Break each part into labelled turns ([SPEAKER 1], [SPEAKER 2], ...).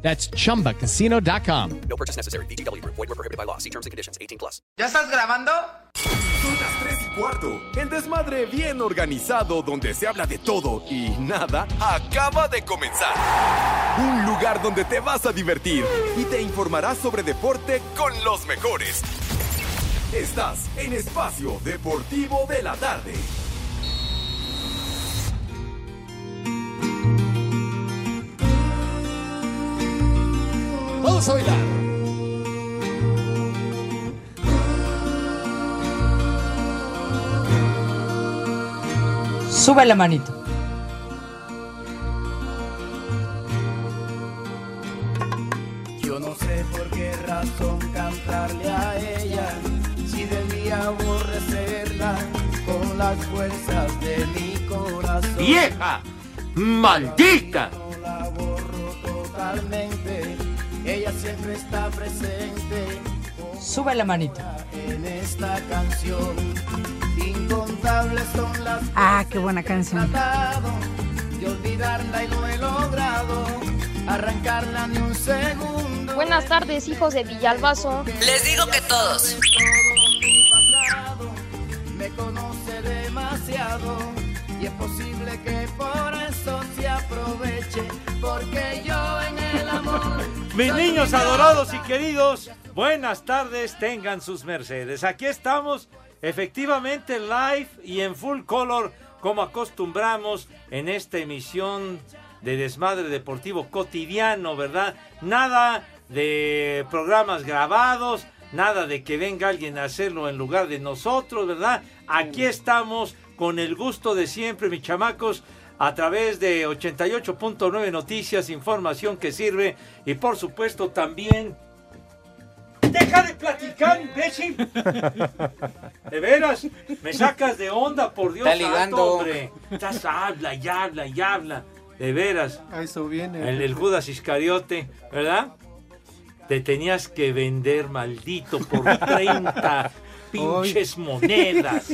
[SPEAKER 1] That's chumbacasino.com.
[SPEAKER 2] No purchase necessary. BGW. Void were prohibited by law. See terms and conditions. 18 plus.
[SPEAKER 3] ¿Ya estás grabando?
[SPEAKER 4] Son las 3 y cuarto. El desmadre bien organizado donde se habla de todo y nada acaba de comenzar. Un lugar donde te vas a divertir y te informarás sobre deporte con los mejores. Estás en Espacio Deportivo de la Tarde.
[SPEAKER 5] Vamos a bailar.
[SPEAKER 6] Sube la manito.
[SPEAKER 7] Yo no sé por qué razón cantarle a ella, si debía aborrecerla con las fuerzas de mi corazón.
[SPEAKER 4] Ah,
[SPEAKER 8] vieja, maldita.
[SPEAKER 7] No la borro totalmente, ella siempre está presente
[SPEAKER 6] Sube la manito.
[SPEAKER 7] en esta canción. Incontables son las
[SPEAKER 9] Ah, qué buena canción.
[SPEAKER 7] tratado de olvidarla y no he logrado arrancarla ni un segundo.
[SPEAKER 10] Buenas tardes, hijos de Villalbazo.
[SPEAKER 11] Les digo que todos.
[SPEAKER 7] todo mi pasado, me conoce demasiado y es posible que por eso se aproveche, porque yo en el amor.
[SPEAKER 12] Mis niños adorados y queridos, buenas tardes, tengan sus mercedes. Aquí estamos, efectivamente, live y en full color, como acostumbramos en esta emisión de Desmadre Deportivo cotidiano, ¿verdad? Nada de programas grabados, nada de que venga alguien a hacerlo en lugar de nosotros, ¿verdad? Aquí estamos con el gusto de siempre, mis chamacos a través de 88.9 Noticias, información que sirve y por supuesto también... ¡Deja de platicar, imbécil! De veras, me sacas de onda, por Dios.
[SPEAKER 13] Está
[SPEAKER 12] santo,
[SPEAKER 13] ligando.
[SPEAKER 12] hombre. Estás habla y habla y habla. De veras.
[SPEAKER 14] A eso viene.
[SPEAKER 12] El, el Judas Iscariote, ¿verdad? Te tenías que vender, maldito, por 30 pinches monedas.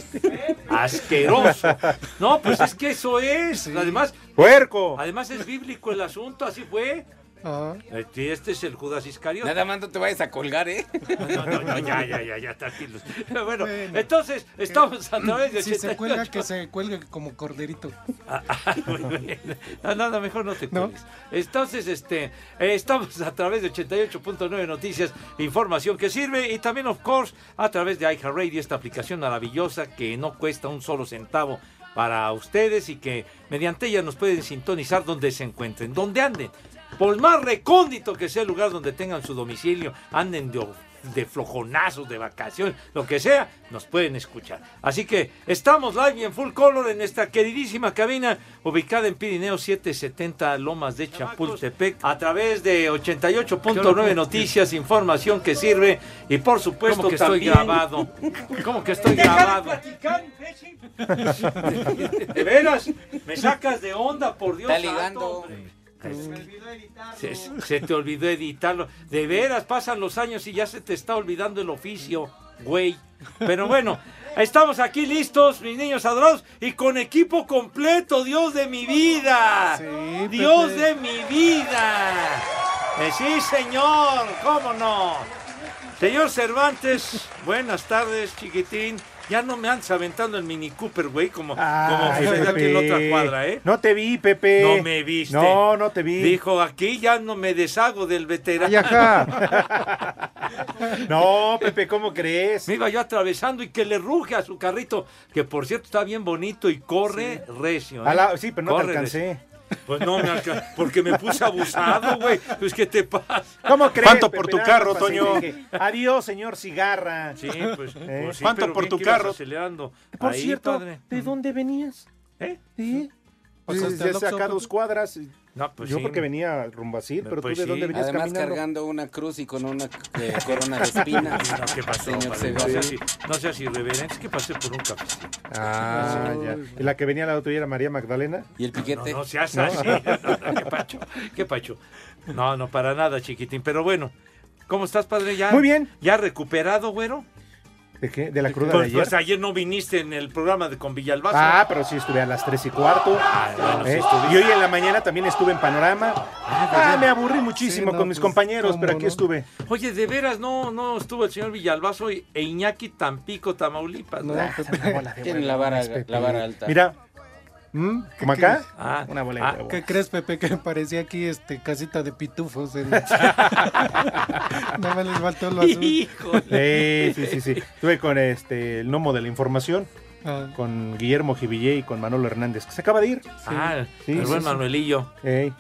[SPEAKER 12] Asqueroso. No, pues es que eso es. Además.
[SPEAKER 8] Puerco.
[SPEAKER 12] Además es bíblico el asunto, así fue.
[SPEAKER 14] Ah.
[SPEAKER 12] Este este es el Judas Iscariote.
[SPEAKER 13] Nada más no te vayas a colgar, ¿eh?
[SPEAKER 12] No, no, no, ya, ya, ya, ya, tranquilos. Bueno, entonces, estamos a través de
[SPEAKER 14] Si se
[SPEAKER 12] 88.
[SPEAKER 14] cuelga, que se cuelgue como corderito.
[SPEAKER 12] Ah, muy bien. No, no, no, mejor no te
[SPEAKER 14] ¿No?
[SPEAKER 12] cuelgues. Entonces, este, eh, estamos a través de 88.9 Noticias, información que sirve, y también, of course, a través de iHeartRadio, esta aplicación maravillosa que no cuesta un solo centavo para ustedes y que mediante ella nos pueden sintonizar donde se encuentren, donde anden. Por Pues más recóndito que sea el lugar donde tengan su domicilio, anden de of- de flojonazos, de vacaciones, lo que sea, nos pueden escuchar. Así que estamos live y en full color en nuestra queridísima cabina ubicada en Pirineo 770 Lomas de Chapultepec a través de 88.9 Noticias, información que sirve y por supuesto
[SPEAKER 8] ¿Cómo que estoy
[SPEAKER 12] también
[SPEAKER 8] grabado?
[SPEAKER 12] ¿Cómo que estoy
[SPEAKER 8] Deja de
[SPEAKER 12] grabado? De veras, me sacas de onda, por Dios.
[SPEAKER 13] Está
[SPEAKER 12] santo,
[SPEAKER 13] ligando.
[SPEAKER 12] hombre. Se, se te olvidó editarlo. De veras, pasan los años y ya se te está olvidando el oficio, güey. Pero bueno, estamos aquí listos, mis niños adorados, y con equipo completo, Dios de mi vida. Dios
[SPEAKER 14] Pepe.
[SPEAKER 12] de mi vida. Eh, sí, señor, cómo no. Señor Cervantes, buenas tardes, chiquitín. Ya no me andas aventando el Mini Cooper, güey, como, como
[SPEAKER 8] Ay,
[SPEAKER 12] sucedió aquí en la otra
[SPEAKER 8] Pepe.
[SPEAKER 12] cuadra, ¿eh?
[SPEAKER 8] No te vi, Pepe.
[SPEAKER 12] No me viste.
[SPEAKER 8] Eh, No, no te vi.
[SPEAKER 12] Dijo, aquí ya no me deshago del veterano.
[SPEAKER 8] Ay, ajá. no, Pepe, ¿cómo crees?
[SPEAKER 12] Me iba yo atravesando y que le ruge a su carrito, que por cierto está bien bonito y corre recio. ¿eh?
[SPEAKER 8] A la- sí, pero no
[SPEAKER 12] Corre
[SPEAKER 8] te alcancé.
[SPEAKER 12] recio. Pues no, me alca- porque me puse abusado, güey. Pues, ¿qué te pasa?
[SPEAKER 8] ¿Cómo crees?
[SPEAKER 15] ¿Cuánto
[SPEAKER 8] Pepe?
[SPEAKER 15] por tu
[SPEAKER 8] Nada
[SPEAKER 15] carro,
[SPEAKER 8] más así
[SPEAKER 15] Toño?
[SPEAKER 8] de que, Adiós, señor cigarra.
[SPEAKER 12] Sí, pues,
[SPEAKER 8] ¿Eh?
[SPEAKER 12] pues sí,
[SPEAKER 15] ¿Cuánto
[SPEAKER 12] pero
[SPEAKER 15] por
[SPEAKER 12] bien
[SPEAKER 15] tu
[SPEAKER 12] que ibas
[SPEAKER 15] carro?
[SPEAKER 12] acelerando.
[SPEAKER 8] Por
[SPEAKER 12] Ahí,
[SPEAKER 8] cierto,
[SPEAKER 12] padre.
[SPEAKER 8] ¿de dónde venías?
[SPEAKER 12] ¿Eh?
[SPEAKER 8] ¿De,
[SPEAKER 14] Pasaste
[SPEAKER 8] ya
[SPEAKER 14] al
[SPEAKER 8] sé
[SPEAKER 14] Oxxo,
[SPEAKER 8] acá
[SPEAKER 14] Pepe.
[SPEAKER 8] dos cuadras.
[SPEAKER 12] No, pues
[SPEAKER 8] yo
[SPEAKER 12] sí.
[SPEAKER 8] porque venía rumbo a Sil, pero
[SPEAKER 12] Pues
[SPEAKER 8] tú de
[SPEAKER 12] sí.
[SPEAKER 8] dónde venías
[SPEAKER 3] Además
[SPEAKER 8] caminando.
[SPEAKER 3] cargando una cruz y con una eh, corona de espinas.
[SPEAKER 12] No, ¿qué pasó?
[SPEAKER 3] Señor
[SPEAKER 12] padre? No
[SPEAKER 3] Segovia.
[SPEAKER 12] seas, i- no seas irreverente, es que pasé por un cafecito.
[SPEAKER 8] Ah, ya. ¿Y la que venía la tuya era María Magdalena?
[SPEAKER 3] Y el
[SPEAKER 12] No,
[SPEAKER 3] piquete.
[SPEAKER 12] no seas así. No, no, ¿Qué pacho? ¿Qué pacho? No, no, para nada, chiquitín. Pero bueno, ¿cómo estás, padre? ¿Ya,
[SPEAKER 8] Muy bien.
[SPEAKER 12] ¿Ya recuperado, güero?
[SPEAKER 8] ¿De qué? ¿De la cruda de
[SPEAKER 12] Pues,
[SPEAKER 8] ayer?
[SPEAKER 12] pues ayer no viniste en el programa de con Villalbazo.
[SPEAKER 8] Ah, pero sí estuve a las tres y cuarto.
[SPEAKER 12] bueno, sí
[SPEAKER 8] ¿eh?
[SPEAKER 12] estuviste.
[SPEAKER 8] y hoy en la mañana también estuve en Panorama. Ah, me aburrí muchísimo
[SPEAKER 14] Sí, no,
[SPEAKER 8] con mis
[SPEAKER 14] pues,
[SPEAKER 8] compañeros,
[SPEAKER 14] ¿cómo
[SPEAKER 8] pero aquí
[SPEAKER 14] no?
[SPEAKER 8] estuve.
[SPEAKER 12] Oye, de veras, no, no estuvo el señor Villalbazo y- e Iñaki Tampico, Tamaulipas.
[SPEAKER 14] No,
[SPEAKER 12] ¿no?
[SPEAKER 14] Pepe,
[SPEAKER 3] Tienen la vara, la vara alta.
[SPEAKER 8] Mira, ¿Mm? como acá,
[SPEAKER 12] Ah,
[SPEAKER 8] una bola de
[SPEAKER 12] ah,
[SPEAKER 8] huevo.
[SPEAKER 14] ¿Qué crees, Pepe? Que parecía aquí este casita de pitufos. en- Nada más les faltó lo azul.
[SPEAKER 12] Híjole.
[SPEAKER 8] Sí, sí, sí, sí. Estuve con este, el gnomo de la información,
[SPEAKER 14] Ah,
[SPEAKER 8] con Guillermo Jivillé y con Manolo Hernández, que se acaba de ir.
[SPEAKER 12] Ah,
[SPEAKER 8] Sí,
[SPEAKER 12] el
[SPEAKER 8] sí,
[SPEAKER 12] buen
[SPEAKER 8] sí.
[SPEAKER 12] Manuelillo.
[SPEAKER 8] Ey.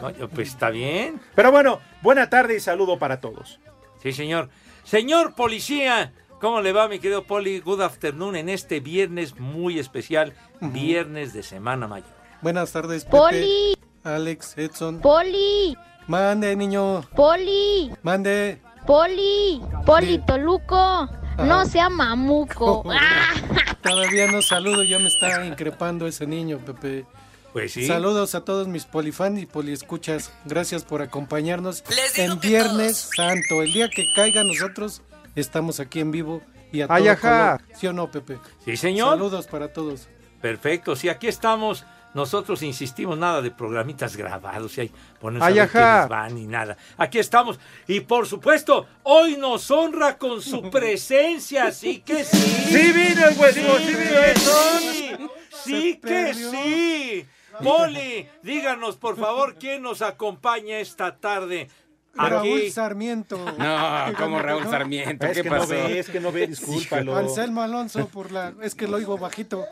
[SPEAKER 12] No, yo, pues está bien.
[SPEAKER 8] Pero bueno, buena tarde y saludo para todos.
[SPEAKER 12] Sí, señor. Señor policía, ¿cómo le va, mi querido Poli? Good afternoon en este viernes muy especial, viernes de Semana Mayor.
[SPEAKER 14] buenas tardes, Pepe.
[SPEAKER 11] Poli,
[SPEAKER 14] Alex, Edson.
[SPEAKER 11] Poli,
[SPEAKER 14] Mande, niño.
[SPEAKER 11] Poli,
[SPEAKER 14] Mande.
[SPEAKER 11] Poli, Poli Toluco. No sea mamuco. Ah.
[SPEAKER 14] Joder, Todavía no saludo, ya me está increpando ese niño, Pepe.
[SPEAKER 12] Pues sí.
[SPEAKER 14] Saludos a todos mis polifans y poliescuchas. Gracias por acompañarnos en Viernes Santo. El día que caiga nosotros estamos aquí en vivo y a
[SPEAKER 8] Ay,
[SPEAKER 14] todo
[SPEAKER 8] ajá.
[SPEAKER 14] color. ¿Sí o no, Pepe?
[SPEAKER 12] Sí, señor.
[SPEAKER 14] Saludos para todos.
[SPEAKER 12] Perfecto. Sí, aquí estamos. Nosotros insistimos nada de programitas grabados y ahí ponen
[SPEAKER 8] Ay, ajá.
[SPEAKER 12] van y nada. Aquí estamos. Y por supuesto, hoy nos honra con su presencia, así que sí.
[SPEAKER 8] ¡Sí vino el
[SPEAKER 12] Pues,
[SPEAKER 8] hueso! ¡Sí, vino
[SPEAKER 12] que
[SPEAKER 8] eso!
[SPEAKER 12] sí! ¿eh? ¡Sí
[SPEAKER 14] Se
[SPEAKER 12] que
[SPEAKER 14] perdió.
[SPEAKER 12] sí! Poli, díganos por favor quién nos acompaña esta tarde.
[SPEAKER 14] Raúl
[SPEAKER 12] Aquí.
[SPEAKER 14] Sarmiento.
[SPEAKER 3] No, como Raúl
[SPEAKER 14] ¿No?
[SPEAKER 3] Sarmiento,
[SPEAKER 8] Es
[SPEAKER 3] ¿qué
[SPEAKER 8] que no
[SPEAKER 3] pasó?
[SPEAKER 8] ve, es que no ve, discúlpalo.
[SPEAKER 14] Anselmo Alonso por la... Es que lo oigo bajito.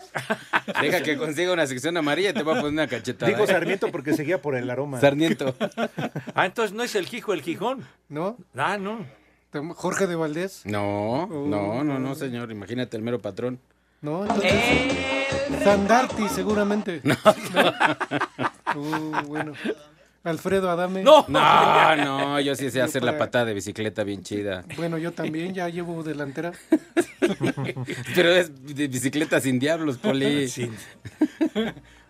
[SPEAKER 3] Deja que consiga una sección amarilla y te va a poner una cachetada.
[SPEAKER 8] Digo
[SPEAKER 3] ¿eh?
[SPEAKER 8] Sarmiento porque seguía por el aroma.
[SPEAKER 3] Sarmiento.
[SPEAKER 12] Ah, entonces no es el Quijo el Gijón.
[SPEAKER 14] ¿No?
[SPEAKER 12] Ah, no.
[SPEAKER 14] Jorge de Valdés.
[SPEAKER 3] No, no, no, no, señor. Imagínate el mero patrón.
[SPEAKER 14] ¿No? Entonces, Sandarti, seguramente. Uh, bueno. Alfredo Adame.
[SPEAKER 12] No.
[SPEAKER 3] No, Ah, no, yo sí sé
[SPEAKER 14] Yo
[SPEAKER 3] hacer la
[SPEAKER 14] para-
[SPEAKER 3] patada de bicicleta bien chida.
[SPEAKER 14] Bueno, yo también ya llevo delantera.
[SPEAKER 3] Pero es de bicicleta sin diablos, Poli.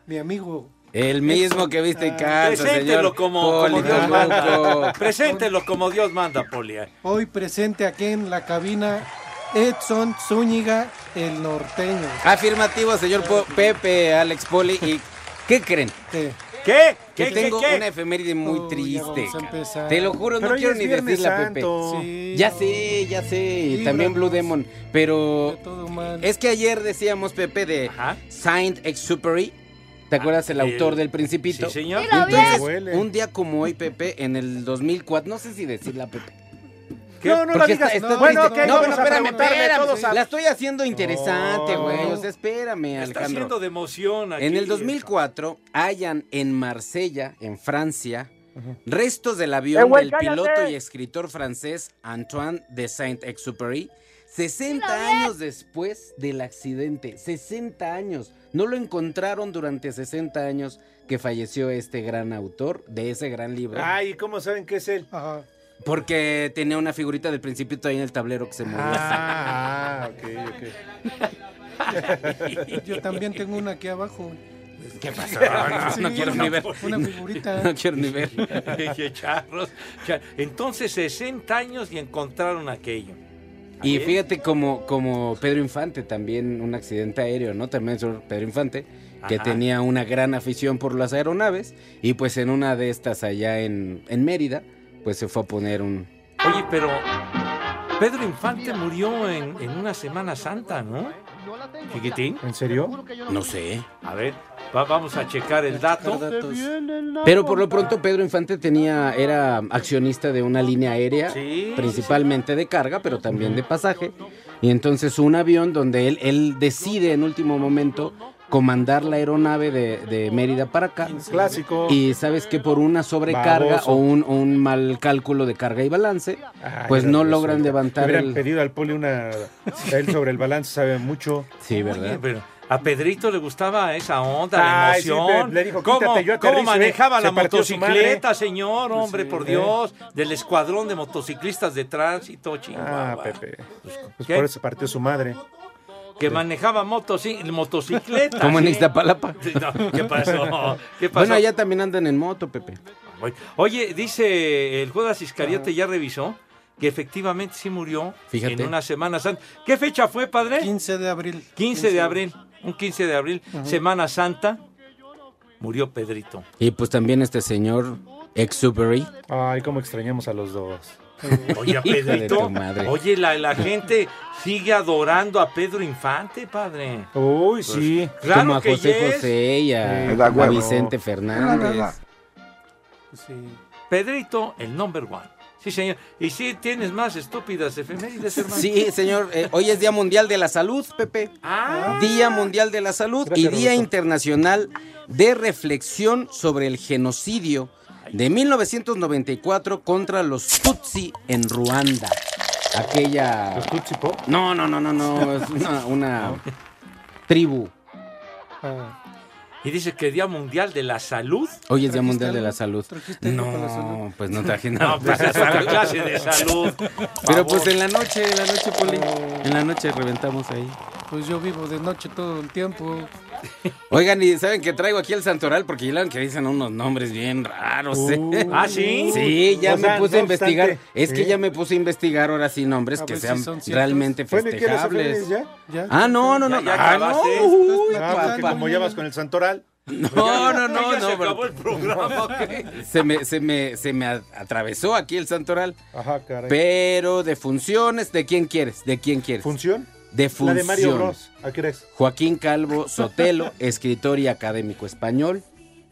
[SPEAKER 14] Mi amigo. Ah,
[SPEAKER 3] El mismo que viste en casa,
[SPEAKER 12] Preséntelo
[SPEAKER 3] señor.
[SPEAKER 12] como,
[SPEAKER 3] Poli
[SPEAKER 12] como Dios manda.
[SPEAKER 3] Toluco.
[SPEAKER 12] Preséntelo como Dios manda, Poli. ¿eh?
[SPEAKER 14] Hoy presente aquí en la cabina Edson Zúñiga, el norteño.
[SPEAKER 3] Afirmativo, señor Po- Pepe, Alex Poli. ¿Y qué creen?
[SPEAKER 14] Que-
[SPEAKER 12] ¿Qué?
[SPEAKER 3] Que
[SPEAKER 12] ¿Qué? ¿Qué?
[SPEAKER 3] tengo
[SPEAKER 12] qué?
[SPEAKER 3] una efeméride muy
[SPEAKER 14] Oh, ya
[SPEAKER 3] triste.
[SPEAKER 14] vamos a
[SPEAKER 3] cabrón.
[SPEAKER 14] empezar.
[SPEAKER 3] Te lo juro,
[SPEAKER 8] Pero
[SPEAKER 3] no
[SPEAKER 8] hoy
[SPEAKER 3] quiero
[SPEAKER 8] es
[SPEAKER 3] ni
[SPEAKER 8] Viernes
[SPEAKER 3] decirla,
[SPEAKER 8] Santo.
[SPEAKER 3] Pepe.
[SPEAKER 14] Sí.
[SPEAKER 3] Ya sé, ya sé. Y
[SPEAKER 14] Sí,
[SPEAKER 3] también Blue
[SPEAKER 14] bravos.
[SPEAKER 3] Demon. Pero
[SPEAKER 14] De todo mal.
[SPEAKER 3] es que ayer decíamos, Pepe, de
[SPEAKER 12] Ajá.
[SPEAKER 3] Saint Exupery. ¿Te acuerdas el
[SPEAKER 12] Ah,
[SPEAKER 3] autor
[SPEAKER 12] el-
[SPEAKER 3] del Principito?
[SPEAKER 12] Sí, señor.
[SPEAKER 11] Mira,
[SPEAKER 3] Entonces,
[SPEAKER 8] Huele.
[SPEAKER 3] un día como hoy, Pepe, en el 2004, no sé si decirla, Pepe.
[SPEAKER 8] No, no la
[SPEAKER 3] Porque
[SPEAKER 8] digas.
[SPEAKER 3] está- está
[SPEAKER 8] bueno, ok,
[SPEAKER 3] triste.
[SPEAKER 14] No,
[SPEAKER 8] vamos
[SPEAKER 14] pero
[SPEAKER 8] a
[SPEAKER 14] espérame,
[SPEAKER 8] preguntarle
[SPEAKER 14] espérame.
[SPEAKER 8] todos a...
[SPEAKER 3] La estoy haciendo interesante,
[SPEAKER 8] No.
[SPEAKER 3] güey. O sea, espérame,
[SPEAKER 12] Está
[SPEAKER 3] Alejandro.
[SPEAKER 12] haciendo de emoción aquí.
[SPEAKER 3] En el 2004 hallan en Marsella, en Francia, restos
[SPEAKER 14] Eh,
[SPEAKER 3] del avión del piloto y escritor francés Antoine de Saint-Exupéry. 60 años después del accidente, 60 años. No lo encontraron durante 60 años que falleció este gran autor de ese gran libro.
[SPEAKER 8] Ay, ¿cómo saben que es él?
[SPEAKER 14] Ajá.
[SPEAKER 3] Porque tenía una figurita del principito ahí en el tablero que se movió.
[SPEAKER 8] Ah, ok, ok.
[SPEAKER 14] Yo también tengo una aquí abajo.
[SPEAKER 3] ¿Qué pasó? No,
[SPEAKER 14] Sí,
[SPEAKER 3] no quiero ni ver.
[SPEAKER 14] Una figurita.
[SPEAKER 3] No quiero ni ver.
[SPEAKER 12] Dije, charros, char- Entonces, 60 años y encontraron aquello.
[SPEAKER 3] Y
[SPEAKER 12] Bien.
[SPEAKER 3] fíjate como, como Pedro Infante, también un accidente aéreo, ¿no? También el señor Pedro Infante, que
[SPEAKER 12] Ajá.
[SPEAKER 3] tenía una gran afición por las aeronaves, y pues en una de estas allá en, en Mérida, pues se fue a poner un...
[SPEAKER 12] Oye, pero Pedro Infante murió en, en una Semana Santa, ¿no? Chiquitín.
[SPEAKER 8] ¿En serio?
[SPEAKER 3] No sé.
[SPEAKER 12] A ver, va- vamos a checar el dato.
[SPEAKER 14] Sacar datos.
[SPEAKER 3] Pero por lo pronto Pedro Infante tenía, era accionista de una línea aérea,
[SPEAKER 12] Sí,
[SPEAKER 3] principalmente de carga, pero también de pasaje. Y entonces un avión donde él, él decide en último momento comandar la aeronave de, de Mérida para acá.
[SPEAKER 8] pues, Clásico.
[SPEAKER 3] Y sabes que por una sobrecarga
[SPEAKER 8] Baboso.
[SPEAKER 3] o un, o un mal cálculo de carga y balance,
[SPEAKER 8] Ay,
[SPEAKER 3] pues no
[SPEAKER 8] Dios,
[SPEAKER 3] logran
[SPEAKER 8] hombre. Le
[SPEAKER 3] levantar
[SPEAKER 8] hubieran
[SPEAKER 3] el...
[SPEAKER 8] pedido al poli una... Él sobre el balance sabe mucho.
[SPEAKER 3] Sí,
[SPEAKER 12] Oye,
[SPEAKER 3] ¿verdad?
[SPEAKER 12] pero a Pedrito le gustaba esa onda,
[SPEAKER 8] Ay, sí,
[SPEAKER 12] la emoción.
[SPEAKER 8] le- le dijo,
[SPEAKER 12] ¿Cómo,
[SPEAKER 8] "Quítate, yo
[SPEAKER 12] cómo
[SPEAKER 8] aterrizo",
[SPEAKER 12] manejaba
[SPEAKER 8] eh,
[SPEAKER 12] la
[SPEAKER 8] se partió su
[SPEAKER 12] motocicleta, señor? Hombre,
[SPEAKER 8] Sí,
[SPEAKER 12] por
[SPEAKER 8] eh.
[SPEAKER 12] Dios. Del escuadrón de motociclistas de tránsito,
[SPEAKER 8] Ah,
[SPEAKER 12] chihuahua.
[SPEAKER 8] Pepe. Pues
[SPEAKER 12] ¿Qué?
[SPEAKER 8] por eso partió su madre.
[SPEAKER 12] Que manejaba motoci- motocicleta.
[SPEAKER 3] Como en
[SPEAKER 12] sí.
[SPEAKER 3] Iztapalapa.
[SPEAKER 12] Sí, no, ¿Qué pasó? ¿Qué pasó?
[SPEAKER 3] Bueno, allá también andan en moto, Pepe.
[SPEAKER 12] Oye, dice el Judas
[SPEAKER 14] Ah.
[SPEAKER 12] Iscariote, ya revisó, que efectivamente sí murió
[SPEAKER 3] Fíjate.
[SPEAKER 12] en una semana santa. ¿Qué fecha fue, padre?
[SPEAKER 14] 15 de abril.
[SPEAKER 12] 15 de abril, un 15 de abril, Semana Santa, murió Pedrito.
[SPEAKER 3] Y pues también este señor Exubery.
[SPEAKER 8] Ay, cómo extrañamos a los dos.
[SPEAKER 12] Oye, a
[SPEAKER 3] Hijo de
[SPEAKER 12] Pedrito.
[SPEAKER 3] tu madre.
[SPEAKER 12] Oye, la, la gente sigue adorando a Pedro Infante, padre.
[SPEAKER 8] Uy, sí.
[SPEAKER 12] Claro
[SPEAKER 3] como a
[SPEAKER 12] que
[SPEAKER 3] José
[SPEAKER 12] yes.
[SPEAKER 3] José y a,
[SPEAKER 8] Sí,
[SPEAKER 5] da
[SPEAKER 3] a
[SPEAKER 5] huevo.
[SPEAKER 3] Vicente Fernández.
[SPEAKER 14] Sí.
[SPEAKER 12] Pedrito, el number one. Sí, señor. Y sí, tienes más estúpidas efemérides, hermano.
[SPEAKER 3] Sí, señor. eh, hoy es Día Mundial de la Salud, Pepe.
[SPEAKER 12] Ah,
[SPEAKER 3] Día Mundial de la Salud
[SPEAKER 8] Gracias,
[SPEAKER 3] y Día
[SPEAKER 8] Roberto.
[SPEAKER 3] Internacional de Reflexión sobre el Genocidio de 1994 contra los Tutsi en Ruanda. Aquella...
[SPEAKER 8] Los Tutsi Pop.
[SPEAKER 3] No, no, no, no, no, es una, una tribu.
[SPEAKER 14] Ah,
[SPEAKER 12] y dice que Día Mundial de la Salud.
[SPEAKER 3] Hoy es
[SPEAKER 14] ¿Trajiste
[SPEAKER 3] Día Mundial de
[SPEAKER 14] algo?
[SPEAKER 3] la Salud.
[SPEAKER 14] ¿Trajiste algo para la salud?
[SPEAKER 3] No, pues no traje nada.
[SPEAKER 12] No, pues
[SPEAKER 3] para
[SPEAKER 12] es otra
[SPEAKER 3] salud.
[SPEAKER 12] clase de salud.
[SPEAKER 3] Pero
[SPEAKER 12] Favor.
[SPEAKER 3] pues en la noche, en la noche, Poli. En la noche reventamos ahí.
[SPEAKER 14] Oh. pues yo vivo de noche todo el tiempo.
[SPEAKER 3] Oigan, y saben que traigo aquí el santoral porque ya ven que dicen unos nombres bien raros. ¿eh?
[SPEAKER 12] ¿Ah, sí?
[SPEAKER 3] Sí, ya
[SPEAKER 8] O
[SPEAKER 3] me
[SPEAKER 8] sea,
[SPEAKER 3] puse
[SPEAKER 8] no
[SPEAKER 3] a investigar.
[SPEAKER 8] obstante,
[SPEAKER 3] es que
[SPEAKER 8] ¿sí?
[SPEAKER 3] ya me puse a investigar ahora sí nombres
[SPEAKER 14] A
[SPEAKER 3] que
[SPEAKER 14] ver si
[SPEAKER 3] sean
[SPEAKER 14] son ciertos.
[SPEAKER 3] realmente
[SPEAKER 8] Bueno, ¿y quieres efemérides
[SPEAKER 3] festejables.
[SPEAKER 8] ya?
[SPEAKER 14] Ya.
[SPEAKER 3] Ah, no, no, no.
[SPEAKER 12] Ya, ya
[SPEAKER 3] ah,
[SPEAKER 12] acabaste.
[SPEAKER 3] no. uy,
[SPEAKER 8] Ah, porque
[SPEAKER 3] papá.
[SPEAKER 8] como ya vas con el santoral.
[SPEAKER 3] No, no, no,
[SPEAKER 12] Ya se
[SPEAKER 3] no.
[SPEAKER 12] acabó el
[SPEAKER 3] pero-
[SPEAKER 12] programa. ok.
[SPEAKER 3] Se me, se me, se me a- atravesó aquí el santoral.
[SPEAKER 8] Ajá, caray.
[SPEAKER 3] Pero de funciones, ¿de quién quieres? ¿De quién quieres?
[SPEAKER 8] ¿Función?
[SPEAKER 3] de
[SPEAKER 8] La
[SPEAKER 3] función.
[SPEAKER 8] de Mario Bros. ¿A qué eres?
[SPEAKER 3] Joaquín Calvo Sotelo, escritor y académico español.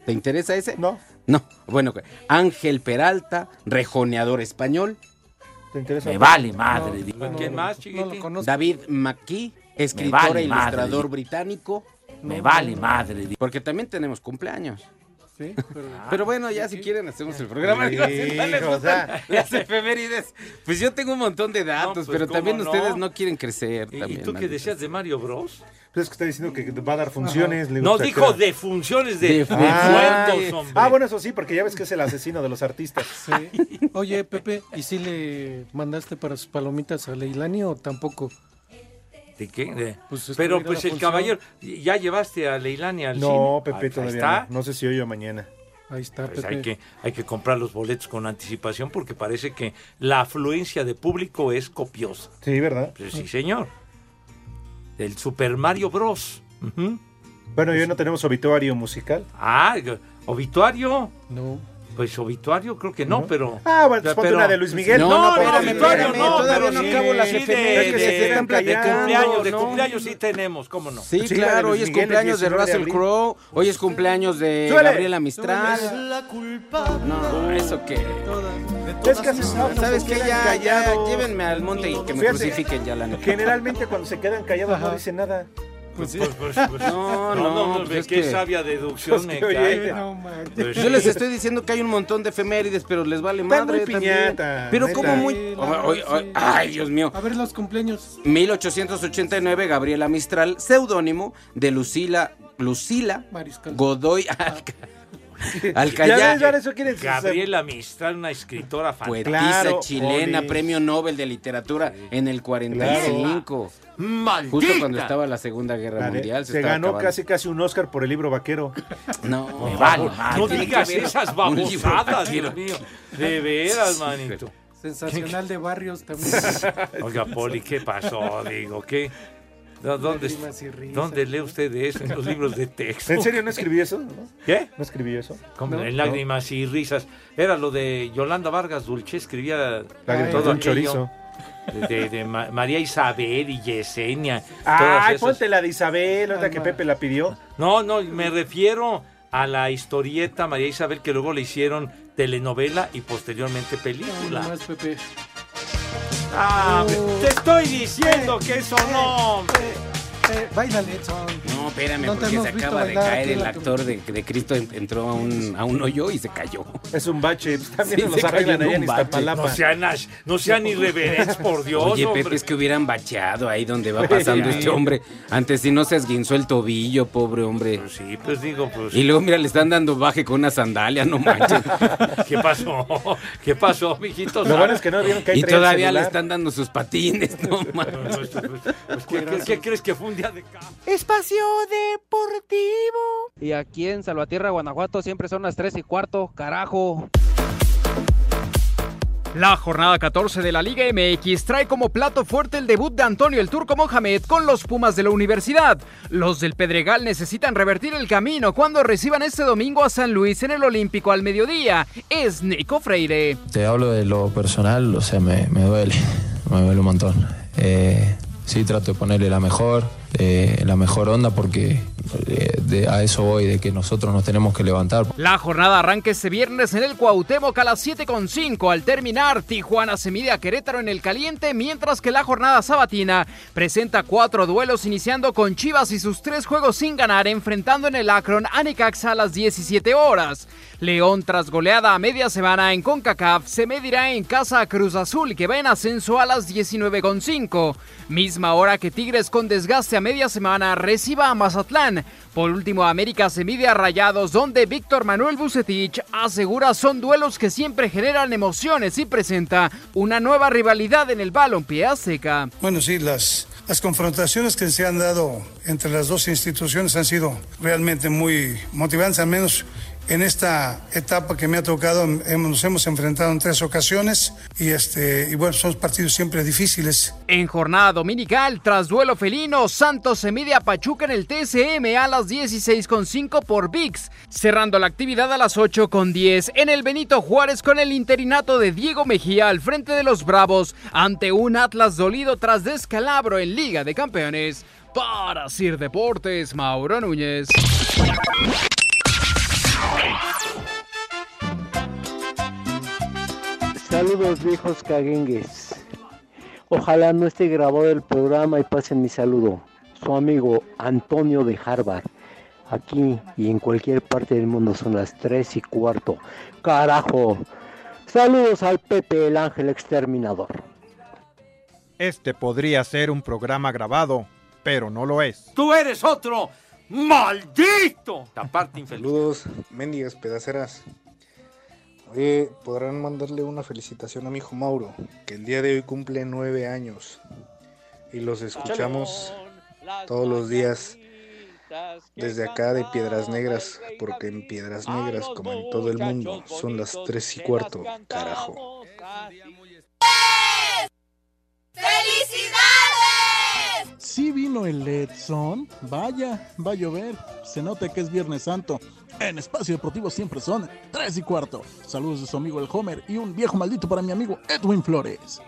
[SPEAKER 3] ¿Te interesa ese?
[SPEAKER 8] No.
[SPEAKER 3] No, bueno, Ángel Peralta, rejoneador español.
[SPEAKER 8] ¿Te interesa?
[SPEAKER 3] Me vale madre. di-
[SPEAKER 12] ¿Quién
[SPEAKER 14] No
[SPEAKER 12] más,
[SPEAKER 14] lo
[SPEAKER 12] chiquitín?
[SPEAKER 14] conozco.
[SPEAKER 3] David McKee, escritor
[SPEAKER 7] vale
[SPEAKER 3] e
[SPEAKER 7] madre,
[SPEAKER 3] ilustrador británico.
[SPEAKER 7] Me vale madre.
[SPEAKER 3] Porque también tenemos cumpleaños.
[SPEAKER 14] Sí, pero-
[SPEAKER 3] Pero bueno, ya si quieren hacemos el programa.
[SPEAKER 8] Sí,
[SPEAKER 3] Digo, si no les
[SPEAKER 8] o
[SPEAKER 3] gustan
[SPEAKER 8] sea.
[SPEAKER 3] las efemérides. Pues yo tengo un montón de datos,
[SPEAKER 12] pues,
[SPEAKER 3] pero
[SPEAKER 12] ¿cómo
[SPEAKER 3] también
[SPEAKER 12] no?
[SPEAKER 3] ustedes no quieren crecer.
[SPEAKER 12] ¿Y- ¿Y
[SPEAKER 3] también,
[SPEAKER 12] tú qué
[SPEAKER 3] maldita
[SPEAKER 12] decías de Mario Bros?
[SPEAKER 8] Pues es que está diciendo que va a dar funciones. le
[SPEAKER 12] No,
[SPEAKER 8] gusta
[SPEAKER 12] dijo
[SPEAKER 8] que-
[SPEAKER 12] de funciones de,
[SPEAKER 3] De
[SPEAKER 12] de
[SPEAKER 8] Ah,
[SPEAKER 12] muertos, hombre.
[SPEAKER 8] ah, bueno, eso sí, porque ya ves que es el asesino de los artistas.
[SPEAKER 14] Sí. Oye, Pepe, ¿y si le mandaste para sus palomitas a Leilani o tampoco?
[SPEAKER 12] ¿De qué? De-
[SPEAKER 14] Pues es que
[SPEAKER 12] Pero
[SPEAKER 14] era
[SPEAKER 12] pues
[SPEAKER 14] una
[SPEAKER 12] el
[SPEAKER 14] función.
[SPEAKER 12] caballero, ya llevaste a Leilani al cine.
[SPEAKER 8] No, Pepe,
[SPEAKER 12] Ahí
[SPEAKER 8] todavía
[SPEAKER 12] está.
[SPEAKER 8] no. No sé si hoy o mañana.
[SPEAKER 14] Ahí está,
[SPEAKER 12] Pues
[SPEAKER 14] Pepe.
[SPEAKER 12] hay que, hay que comprar los boletos con anticipación porque parece que la afluencia de público es copiosa.
[SPEAKER 8] Sí, ¿verdad?
[SPEAKER 12] Pues sí, señor. El Super Mario Bros. Ujú.
[SPEAKER 8] Bueno, y hoy no tenemos obituario musical.
[SPEAKER 12] Ah, obituario.
[SPEAKER 14] No.
[SPEAKER 12] Pues obituario creo que no, pues pero...
[SPEAKER 8] Ah, bueno, entonces ponte
[SPEAKER 12] Pero-
[SPEAKER 8] una de Luis Miguel.
[SPEAKER 3] No,
[SPEAKER 12] No, no,
[SPEAKER 8] pero
[SPEAKER 12] espérame,
[SPEAKER 3] obituario
[SPEAKER 12] espérame,
[SPEAKER 3] no,
[SPEAKER 12] todavía
[SPEAKER 3] pero
[SPEAKER 12] no
[SPEAKER 3] sí,
[SPEAKER 12] acabo las
[SPEAKER 3] sí, de-
[SPEAKER 12] efemérides.
[SPEAKER 8] es que se están
[SPEAKER 12] De
[SPEAKER 8] platicando,
[SPEAKER 12] cumpleaños, de
[SPEAKER 3] ¿no?
[SPEAKER 12] cumpleaños sí tenemos, ¿cómo no?
[SPEAKER 3] Sí,
[SPEAKER 8] Sí, la de
[SPEAKER 3] claro, hoy
[SPEAKER 8] Luis
[SPEAKER 3] es
[SPEAKER 8] Miguel, el
[SPEAKER 3] cumpleaños de
[SPEAKER 8] 19 de
[SPEAKER 3] Russell
[SPEAKER 8] abril.
[SPEAKER 3] Crowe, hoy es cumpleaños de
[SPEAKER 8] ¡Súbele!
[SPEAKER 3] Gabriela Mistral.
[SPEAKER 7] la culpa.
[SPEAKER 3] No, eso qué.
[SPEAKER 8] Es que así no,
[SPEAKER 3] ¿Sabes
[SPEAKER 8] se
[SPEAKER 3] qué?
[SPEAKER 8] quedan
[SPEAKER 3] Ya, ya,
[SPEAKER 8] callados.
[SPEAKER 3] llévenme al monte y que me
[SPEAKER 8] Fíjate.
[SPEAKER 3] crucifiquen ya la neta.
[SPEAKER 8] Generalmente cuando se quedan callados no dicen nada.
[SPEAKER 12] Pues, pues, pues, pues.
[SPEAKER 3] No, no, pues
[SPEAKER 12] ve
[SPEAKER 3] es
[SPEAKER 12] qué
[SPEAKER 3] que-
[SPEAKER 12] sabia deducción me
[SPEAKER 8] que, oye,
[SPEAKER 12] cae.
[SPEAKER 8] no
[SPEAKER 12] Pues
[SPEAKER 3] Yo
[SPEAKER 12] sí.
[SPEAKER 3] les estoy diciendo que hay un montón de efemérides, pero les vale
[SPEAKER 8] Están
[SPEAKER 3] madre
[SPEAKER 8] muy
[SPEAKER 3] también.
[SPEAKER 8] piñata,
[SPEAKER 3] Pero
[SPEAKER 8] neta.
[SPEAKER 3] como muy...
[SPEAKER 14] Sí, la
[SPEAKER 3] Ay, ay,
[SPEAKER 14] verdad,
[SPEAKER 3] ay,
[SPEAKER 14] sí.
[SPEAKER 3] ay, Dios mío.
[SPEAKER 14] A ver los cumpleaños.
[SPEAKER 3] 1889, Gabriela Mistral, seudónimo de Lucila, Lucila
[SPEAKER 14] Mariscal.
[SPEAKER 3] Godoy Alca-
[SPEAKER 8] Ya
[SPEAKER 3] Alcayá.
[SPEAKER 8] Ah. ves, ahora eso quieren
[SPEAKER 12] Gabriela Mistral, una escritora fantástica.
[SPEAKER 3] Poetisa
[SPEAKER 8] Claro,
[SPEAKER 3] chilena,
[SPEAKER 8] Olis.
[SPEAKER 3] premio Nobel de literatura en el 45. Justo cuando estaba la Segunda Guerra
[SPEAKER 8] Vale,
[SPEAKER 3] Mundial.
[SPEAKER 8] se,
[SPEAKER 3] estaba
[SPEAKER 8] ganó
[SPEAKER 3] acabando.
[SPEAKER 8] casi casi un Oscar por el libro vaquero.
[SPEAKER 3] No,
[SPEAKER 12] no
[SPEAKER 3] tiene
[SPEAKER 12] digas
[SPEAKER 3] que ver
[SPEAKER 12] esas
[SPEAKER 3] un libro
[SPEAKER 12] babosadas,
[SPEAKER 3] vaquero.
[SPEAKER 12] Dios mío. De veras, manito.
[SPEAKER 14] Sensacional de barrios también.
[SPEAKER 12] Oiga, Poli, ¿qué pasó? Digo, ¿qué? ¿Dó- ¿Dónde,
[SPEAKER 14] Lágrimas y risas.
[SPEAKER 12] ¿Dónde lee usted de eso en los libros de texto?
[SPEAKER 8] ¿En serio no escribí eso? ¿No,
[SPEAKER 12] ¿Qué?
[SPEAKER 8] ¿No escribí eso?
[SPEAKER 12] Como
[SPEAKER 14] No,
[SPEAKER 12] en
[SPEAKER 14] no.
[SPEAKER 12] lágrimas y risas. Era lo de Yolanda Vargas Dulce, escribía
[SPEAKER 8] Lágrimas
[SPEAKER 12] todo
[SPEAKER 8] de un
[SPEAKER 12] aquello
[SPEAKER 8] chorizo.
[SPEAKER 12] De, de Ma- María Isabel y Yesenia. todas
[SPEAKER 8] Ay,
[SPEAKER 12] esas.
[SPEAKER 8] ponte la de Isabel, la que
[SPEAKER 14] Alma.
[SPEAKER 8] Pepe la pidió.
[SPEAKER 12] No, no, me refiero a la historieta María Isabel que luego le hicieron telenovela y posteriormente
[SPEAKER 14] Ay,
[SPEAKER 12] película.
[SPEAKER 14] nomás, Pepe.
[SPEAKER 12] Ah, te estoy diciendo que eso no, hombre.
[SPEAKER 14] Pepe, baila Edson.
[SPEAKER 3] No, espérame,
[SPEAKER 14] No te
[SPEAKER 3] porque
[SPEAKER 14] hemos
[SPEAKER 3] se
[SPEAKER 14] visto
[SPEAKER 3] acaba de
[SPEAKER 14] bailar
[SPEAKER 3] caer
[SPEAKER 14] aquí en
[SPEAKER 3] el
[SPEAKER 14] la
[SPEAKER 3] actor de, de Cristo, en- entró a un, a un hoyo y se cayó.
[SPEAKER 8] Es un bache. pues, También
[SPEAKER 3] Sí,
[SPEAKER 8] nos
[SPEAKER 3] se
[SPEAKER 8] arreglan
[SPEAKER 3] cayó en
[SPEAKER 8] allá en
[SPEAKER 3] un bache.
[SPEAKER 8] Iztapalapa.
[SPEAKER 12] No sean, ash- no sean irreverentes, por Dios.
[SPEAKER 3] Oye,
[SPEAKER 12] hombre.
[SPEAKER 3] Pepe, es que hubieran bacheado ahí donde va pasando
[SPEAKER 12] Oye,
[SPEAKER 3] este hombre. Antes si no se esguinzó el tobillo, pobre hombre.
[SPEAKER 12] Pues sí, pues digo, pues.
[SPEAKER 3] Y luego, mira, le están dando baje con una sandalia, no manches.
[SPEAKER 12] ¿Qué pasó? ¿Qué pasó, mijito? Ah,
[SPEAKER 8] Lo bueno es que no vieron que ahí
[SPEAKER 3] y
[SPEAKER 8] traía el
[SPEAKER 3] todavía le
[SPEAKER 8] celular.
[SPEAKER 3] están dando sus patines, no
[SPEAKER 12] Pues,
[SPEAKER 3] manches.
[SPEAKER 12] pues, pues, ¿qué, crees- qué crees que fue un día de campo?
[SPEAKER 7] Y aquí en Salvatierra, Guanajuato, siempre son las 3 y cuarto, carajo.
[SPEAKER 5] La jornada 14 de la Liga MX trae como plato fuerte el debut de Antonio el Turco Mohamed con los Pumas de la Universidad. Los del Pedregal necesitan revertir el camino cuando reciban este domingo a San Luis en el Olímpico al mediodía. Es Nico Freire.
[SPEAKER 7] Te hablo de lo personal, o sea, me, me duele, me duele un montón. Eh, sí, trato de ponerle la mejor, eh, la mejor onda, porque eh, de- a eso voy, de que nosotros nos tenemos que levantar.
[SPEAKER 5] La jornada arranca este viernes en el Cuauhtémoc a las 7.5. Al terminar, Tijuana se mide a Querétaro en el caliente, mientras que la jornada sabatina presenta cuatro duelos iniciando con Chivas y sus tres juegos sin ganar, enfrentando en el Akron a Necaxa a las 17 horas. León, tras goleada a media semana en CONCACAF, se medirá en casa a Cruz Azul, que va en ascenso a las 19.5. Misma hora que Tigres con desgaste a media semana reciba a Mazatlán. Por último, América se mide a Rayados, donde Víctor Manuel Bucetich asegura son duelos que siempre generan emociones y presenta una nueva rivalidad en el balompié azteca.
[SPEAKER 7] Bueno, sí, las, las confrontaciones que se han dado entre las dos instituciones han sido realmente muy motivantes, al menos en esta etapa que me ha tocado. Hemos- nos hemos enfrentado en tres ocasiones y, este, y bueno, son partidos siempre difíciles.
[SPEAKER 5] En jornada dominical, tras duelo felino, Santos se mide a Pachuca en el TCM a las 16.5 por VIX, cerrando la actividad a las 8.10 en el Benito Juárez con el interinato de Diego Mejía al frente de los Bravos ante un Atlas dolido tras descalabro en Liga de Campeones. Para Sir Deportes, Mauro Núñez.
[SPEAKER 7] Saludos viejos caguengues. Ojalá no esté grabado el programa y pasen mi saludo. Su amigo Antonio de Harvard. Aquí y en cualquier parte del mundo son las 3 y cuarto. Carajo. Saludos al Pepe el Ángel Exterminador.
[SPEAKER 6] Este podría ser un programa grabado, pero no lo es.
[SPEAKER 12] Tú eres otro maldito. Taparte infeliz.
[SPEAKER 7] Saludos, mendigas pedaceras. Oye, podrán mandarle una felicitación a mi hijo Mauro, que el día de hoy cumple nueve años. Y los escuchamos todos los días desde acá de Piedras Negras, porque en Piedras Negras, como en todo el mundo, son las tres y cuarto, carajo.
[SPEAKER 6] Sí vino el Edson. Vaya, va a llover. Se nota que es Viernes Santo. En Espacio Deportivo siempre son 3 y cuarto. Saludos de su amigo el Homer y un viejo maldito para mi amigo Edwin Flores.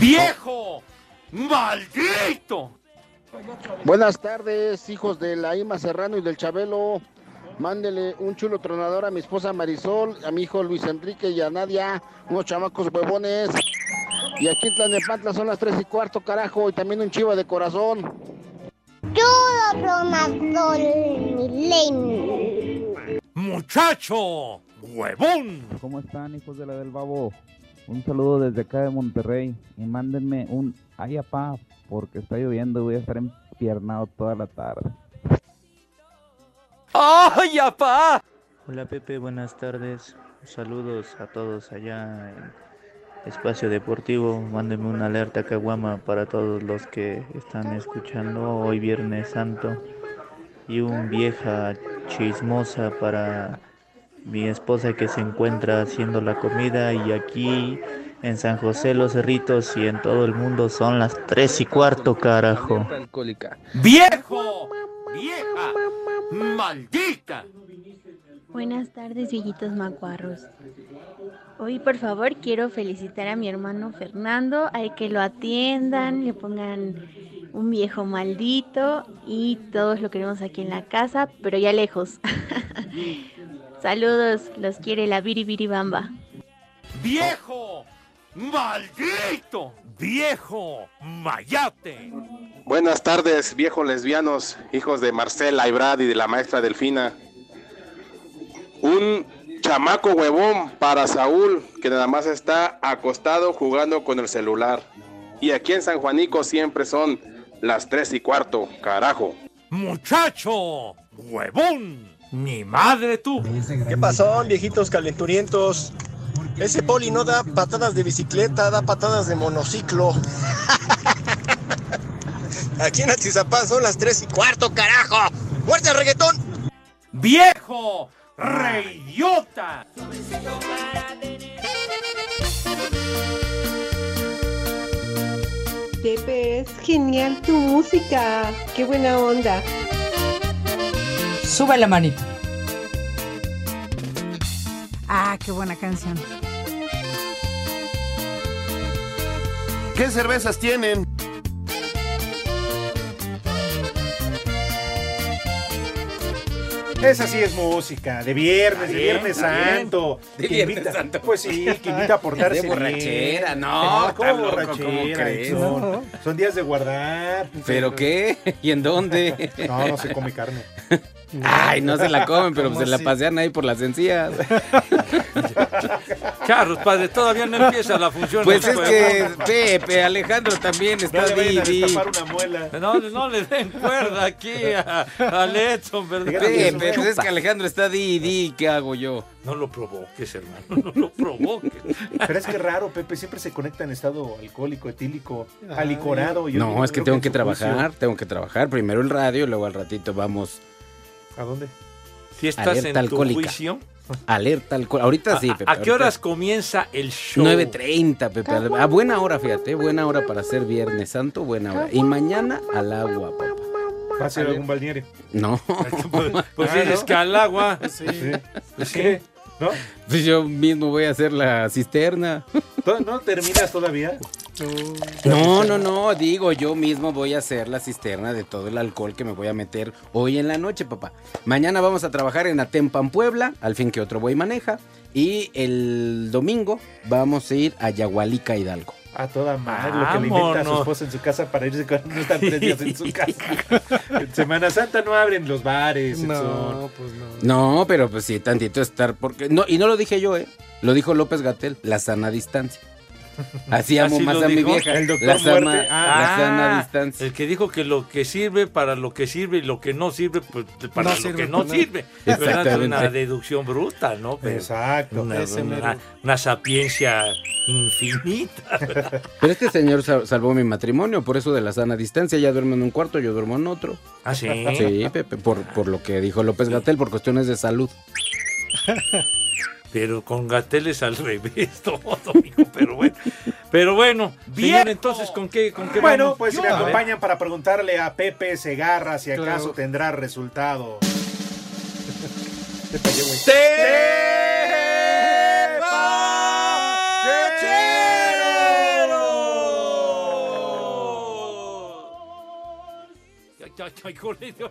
[SPEAKER 12] ¡Viejo! ¡Maldito!
[SPEAKER 7] Buenas tardes, hijos de la Ima Serrano y del Chabelo. Mándele un chulo tronador a mi esposa Marisol, a mi hijo Luis Enrique y a Nadia, unos chamacos huevones. Y aquí en Tlanepantla son las tres y cuarto, carajo, y también un chivo de corazón.
[SPEAKER 12] ¡Muchacho! ¡Huevón!
[SPEAKER 7] ¿Cómo están, hijos de la del babo? Un saludo desde acá de Monterrey y mándenme un ay apá, porque está lloviendo y voy a estar empiernado toda la tarde.
[SPEAKER 12] ¡Ay, apá!
[SPEAKER 7] Hola Pepe, buenas tardes. Saludos a todos allá en Espacio Deportivo. Mándenme una alerta caguama para todos los que están escuchando hoy Viernes Santo. Y un vieja chismosa para mi esposa que se encuentra haciendo la comida. Y aquí en San José Los Cerritos y en todo el mundo son las tres y cuarto, carajo.
[SPEAKER 12] ¡Viejo! ¡Vieja! ¡Maldita!
[SPEAKER 10] Buenas tardes, viejitos macuarros. Hoy, por favor, quiero felicitar a mi hermano Fernando, al que lo atiendan, le pongan un viejo maldito y todos lo queremos aquí en la casa, pero ya lejos. Saludos, los quiere la biribiribamba.
[SPEAKER 12] ¡Viejo! ¡Maldito! ¡Viejo! ¡Mayate!
[SPEAKER 9] Buenas tardes, viejos lesbianos, hijos de Marcela y Brad y de la maestra Delfina. Un chamaco huevón para Saúl, que nada más está acostado jugando con el celular. Y aquí en San Juanico siempre son las tres y cuarto, carajo.
[SPEAKER 12] Muchacho, huevón, ni madre tú.
[SPEAKER 11] ¿Qué pasó, viejitos calenturientos? Ese poli no da patadas de bicicleta, da patadas de monociclo. Aquí en Atizapán son las 3 y cuarto, carajo. ¡Fuerte reggaetón!
[SPEAKER 12] ¡Viejo! ¡Reidiota!
[SPEAKER 13] Pepe, es genial tu música. Qué buena onda.
[SPEAKER 15] Sube la manita.
[SPEAKER 16] Ah, qué buena canción.
[SPEAKER 17] ¿Qué cervezas tienen?
[SPEAKER 8] Esa sí es música, de viernes, de
[SPEAKER 3] Está bien,
[SPEAKER 8] viernes
[SPEAKER 3] está bien.
[SPEAKER 8] santo.
[SPEAKER 3] De
[SPEAKER 8] que
[SPEAKER 3] Viernes
[SPEAKER 8] invita-
[SPEAKER 3] Santo.
[SPEAKER 8] Pues sí, que invita a portarse
[SPEAKER 3] De
[SPEAKER 8] bien.
[SPEAKER 3] borrachera, no, está
[SPEAKER 8] ¿cómo
[SPEAKER 3] loco,
[SPEAKER 8] borrachera,
[SPEAKER 3] ¿cómo crees?
[SPEAKER 8] Edson? Son días de guardar.
[SPEAKER 3] ¿Pero qué? ¿Y en dónde?
[SPEAKER 8] No, no se come carne.
[SPEAKER 3] Ay, no se la comen, pero
[SPEAKER 8] ¿Cómo
[SPEAKER 3] se la
[SPEAKER 8] así?
[SPEAKER 3] pasean ahí por las encías.
[SPEAKER 12] Charros, padre, todavía no empieza la función.
[SPEAKER 3] Pues es
[SPEAKER 12] del
[SPEAKER 3] que
[SPEAKER 12] juego.
[SPEAKER 3] Pepe, Alejandro también está
[SPEAKER 12] le vayan a
[SPEAKER 3] Didi.
[SPEAKER 12] destapar No, no le den cuerda aquí a, a Letson, ¿verdad?
[SPEAKER 3] Pepe, pues es que Alejandro está Didi, ¿qué hago yo?
[SPEAKER 12] No lo provoques, hermano, no lo provoques.
[SPEAKER 8] Pero es que raro, Pepe, siempre se conecta en estado alcohólico, etílico, alicorado. Yo
[SPEAKER 3] No, es que
[SPEAKER 8] creo
[SPEAKER 3] tengo
[SPEAKER 8] en
[SPEAKER 3] que
[SPEAKER 8] su juicio-
[SPEAKER 3] trabajar, tengo que trabajar. Primero el radio, luego al ratito vamos.
[SPEAKER 8] ¿A dónde?
[SPEAKER 12] Si estás
[SPEAKER 3] alerta
[SPEAKER 12] en tu
[SPEAKER 3] alcohólica.
[SPEAKER 12] juicio.
[SPEAKER 3] Alerta alcohólica. Ahorita sí, Pepe.
[SPEAKER 12] ¿A qué horas comienza el show?
[SPEAKER 3] 9.30, Pepe. A buena hora, fíjate. Buena hora para hacer Viernes Santo, buena hora. Y mañana al agua, papá.
[SPEAKER 8] ¿Va a ser algún balneario?
[SPEAKER 3] No.
[SPEAKER 12] Pues dices que al agua.
[SPEAKER 8] Sí.
[SPEAKER 12] Pues
[SPEAKER 8] ¿Qué? ¿No?
[SPEAKER 3] Pues yo mismo voy a hacer la cisterna.
[SPEAKER 8] ¿To- ¿No terminas todavía?
[SPEAKER 3] No, no, no, digo, yo mismo voy a hacer la cisterna de todo el alcohol que me voy a meter hoy en la noche, papá. Mañana vamos a trabajar en Atempan, Puebla, al fin que otro buey maneja. Y el domingo vamos a ir a Yagualica, Hidalgo.
[SPEAKER 8] A toda madre, lo que le inventa a su
[SPEAKER 3] Vámonos.
[SPEAKER 8] esposa en su casa para irse con no estar tres días en su casa. En Semana Santa no abren los bares.
[SPEAKER 14] No,
[SPEAKER 8] pues no.
[SPEAKER 3] No, pero pues sí, tantito estar, porque... No, y no lo dije yo, ¿eh? Lo dijo López Gatel, la sana distancia. Así amo más a mi vieja. la sana,
[SPEAKER 8] Ah.
[SPEAKER 3] la sana
[SPEAKER 12] distancia. El que dijo que lo que sirve para lo que sirve y lo que no sirve pues, para
[SPEAKER 3] No
[SPEAKER 12] lo
[SPEAKER 3] sirve
[SPEAKER 12] que no
[SPEAKER 3] para nada.
[SPEAKER 12] sirve. ¿Verdad? Es una
[SPEAKER 3] Exactamente.
[SPEAKER 12] deducción bruta, ¿no? Pero
[SPEAKER 8] Exacto.
[SPEAKER 12] Una,
[SPEAKER 8] Ese
[SPEAKER 12] una-
[SPEAKER 8] mero.
[SPEAKER 12] una sapiencia infinita. ¿verdad?
[SPEAKER 3] Pero este señor sal- salvó mi matrimonio, por eso de la sana distancia, ya duermo en un cuarto, yo duermo en otro.
[SPEAKER 12] ¿Ah, sí?
[SPEAKER 3] Sí, Pepe, por, por lo que dijo López Gatel, por cuestiones de salud.
[SPEAKER 12] Pero con gateles al revés todo, mijo, pero bueno. Pero bueno, bien, entonces, ¿con qué, con qué
[SPEAKER 8] Bueno,
[SPEAKER 12] vamos?
[SPEAKER 8] pues si me
[SPEAKER 12] A ver.
[SPEAKER 8] acompañan para preguntarle a Pepe Segarra si acaso tendrá resultado. Ah,
[SPEAKER 12] Ay, ay, ay, joder, yo-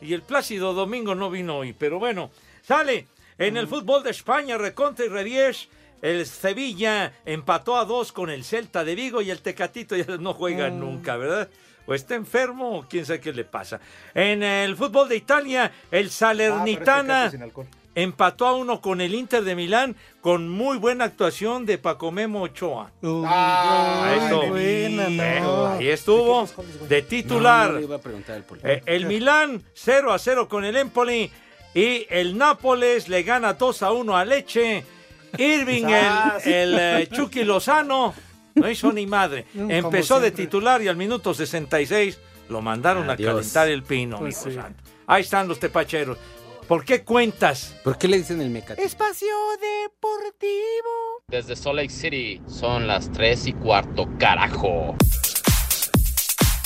[SPEAKER 12] Y el Plácido Domingo no vino hoy, pero bueno, sale en el fútbol de España, recontra y reviés. El Sevilla empató a dos con el Celta de Vigo y el Tecatito ya no juega nunca, ¿verdad? O está enfermo o quién sabe qué le pasa. En el fútbol de Italia, el Salernitana
[SPEAKER 8] este sin alcohol.
[SPEAKER 12] empató a uno con el Inter de Milán con muy buena actuación de Paco Memo Ochoa. Ahí estuvo. Eh, ahí estuvo de titular.
[SPEAKER 3] No, no le iba a preguntar al poli.
[SPEAKER 12] Eh, el Milán 0 a 0 con el Empoli y el Nápoles le gana 2 a 1 a Leche. Irving,
[SPEAKER 18] Ah,
[SPEAKER 12] el,
[SPEAKER 18] sí.
[SPEAKER 12] el, eh, Chucky Lozano, no hizo ni madre.
[SPEAKER 18] Mm, como
[SPEAKER 12] Empezó de
[SPEAKER 18] siempre.
[SPEAKER 12] titular y al minuto 66 lo mandaron
[SPEAKER 3] Adiós.
[SPEAKER 12] a calentar el pino.
[SPEAKER 3] Pues
[SPEAKER 12] mijo
[SPEAKER 3] sí.
[SPEAKER 12] santo. Ahí están los tepacheros. ¿Por qué cuentas?
[SPEAKER 3] ¿Por qué le dicen el mecate?
[SPEAKER 19] Espacio Deportivo.
[SPEAKER 20] Desde Salt Lake City son las 3 y cuarto, carajo.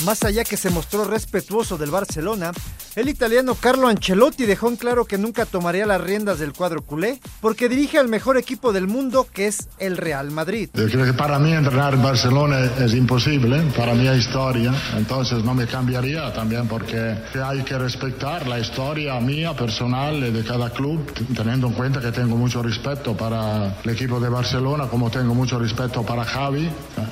[SPEAKER 21] Más allá que se mostró respetuoso del Barcelona,
[SPEAKER 7] El italiano Carlo Ancelotti dejó en claro que nunca tomaría las riendas del cuadro culé porque dirige al mejor equipo del mundo que es el Real Madrid.
[SPEAKER 18] Yo creo que para mí entrenar en Barcelona es imposible, ¿eh? para mi historia, entonces no me cambiaría también porque hay que respetar la historia mía personal de cada club, teniendo en cuenta que tengo mucho respeto para el equipo de Barcelona, como tengo mucho respeto para Javi.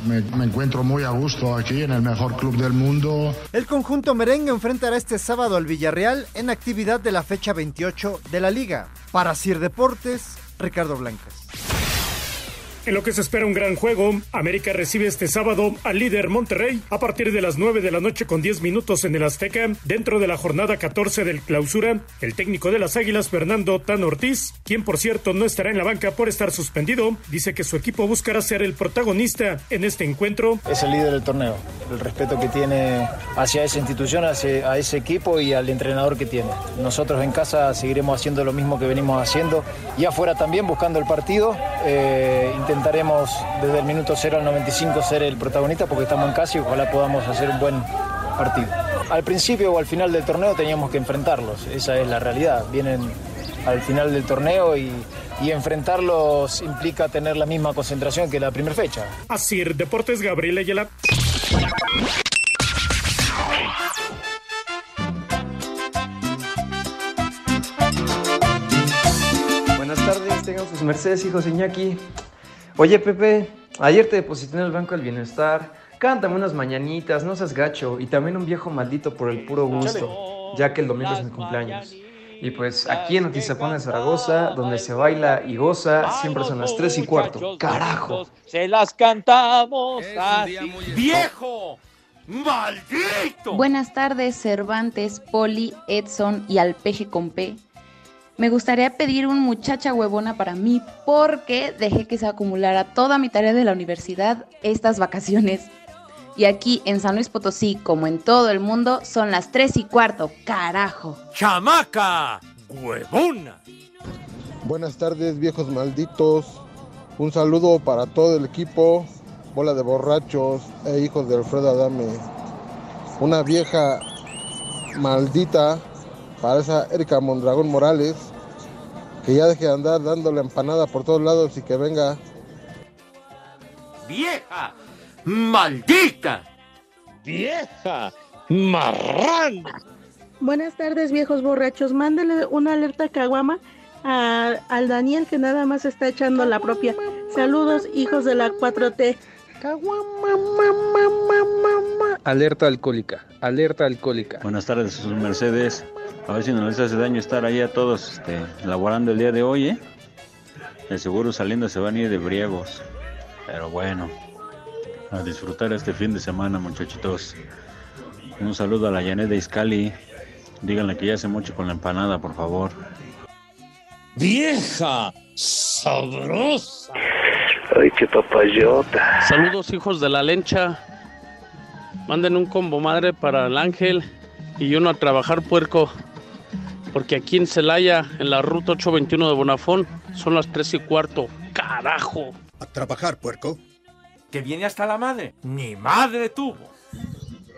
[SPEAKER 18] Me, me encuentro muy a gusto aquí en el mejor club del mundo.
[SPEAKER 7] El conjunto merengue enfrentará este sábado al Villarreal en actividad de la fecha 28 de la liga. Para Sir Deportes, Ricardo Blancas.
[SPEAKER 8] En lo que se espera un gran juego, América recibe este sábado al líder Monterrey a partir de las 9 de la noche con 10 minutos en el Azteca, dentro de la jornada 14 del clausura.
[SPEAKER 3] Pues,
[SPEAKER 8] El técnico de las Águilas, Fernando Tan Ortiz, quien por cierto no estará en la banca por estar suspendido, dice que su equipo buscará ser el protagonista en este encuentro.
[SPEAKER 22] Es el líder del torneo, el respeto que tiene hacia esa institución, hacia, a ese equipo y al entrenador que tiene. Nosotros en casa seguiremos haciendo lo mismo que venimos haciendo y afuera también buscando el partido. Eh, intentaremos desde el minuto 0 al 95 ser el protagonista porque estamos en casa y ojalá podamos hacer un buen partido. Al principio o al final del torneo teníamos que enfrentarlos, esa es la realidad. Vienen al final del torneo y, y enfrentarlos implica tener la misma concentración que la primera fecha.
[SPEAKER 8] Así, Deportes Gabriel Ayala.
[SPEAKER 23] Buenas tardes, tengan sus mercedes, hijos Iñaki. Oye Pepe, ayer te deposité en el Banco del Bienestar. Cántame unas mañanitas, no seas gacho. Y también un viejo maldito por el puro gusto, ya que el domingo es mi cumpleaños. Y pues aquí en Atizapán de Zaragoza, donde se baila y goza, siempre son las 3 y cuarto. ¡Carajo!
[SPEAKER 11] Se las cantamos así.
[SPEAKER 12] ¡Viejo! ¡Maldito!
[SPEAKER 24] Buenas tardes, Cervantes, Poli, Edson y al peje con P. Me gustaría pedir un muchacha huevona para mí porque dejé que se acumulara toda mi tarea de la universidad estas vacaciones. Y aquí en San Luis Potosí, como en todo el mundo, son las 3 y cuarto, carajo.
[SPEAKER 12] ¡Chamaca! ¡Huevona!
[SPEAKER 25] Buenas tardes, viejos malditos. Un saludo para todo el equipo, bola de borrachos e hijos de Alfredo Adame. Una vieja maldita para esa Erika Mondragón Morales, que ya deje de andar dándole empanada por todos lados y que venga.
[SPEAKER 12] ¡Vieja! ¡Maldita!
[SPEAKER 11] ¡Vieja! ¡Marrana!
[SPEAKER 13] Buenas tardes, viejos borrachos. Mándale una alerta a caguama a, al Daniel que nada más está echando la propia. Saludos, hijos de la 4T.
[SPEAKER 23] Alerta alcohólica, alerta alcohólica.
[SPEAKER 26] Buenas tardes, sus Mercedes. A ver si no les hace daño estar ahí a todos este, laborando el día de hoy, ¿eh? De seguro saliendo se van a ir de briegos. Pero bueno, a disfrutar este fin de semana, muchachitos. Un saludo a la Janet de Iscali. Díganle que ya hace mucho con la empanada, por favor.
[SPEAKER 11] ¡Vieja! ¡Sabrosa!
[SPEAKER 23] Ay, qué papayota.
[SPEAKER 27] Saludos hijos de la lencha. Manden un combo madre para el ángel y uno a trabajar puerco. Porque aquí en Celaya, en la ruta 821 de Bonafón, son las 3 y cuarto. ¡Carajo!
[SPEAKER 28] A trabajar puerco.
[SPEAKER 12] Que viene hasta la madre. ¡Mi madre tuvo!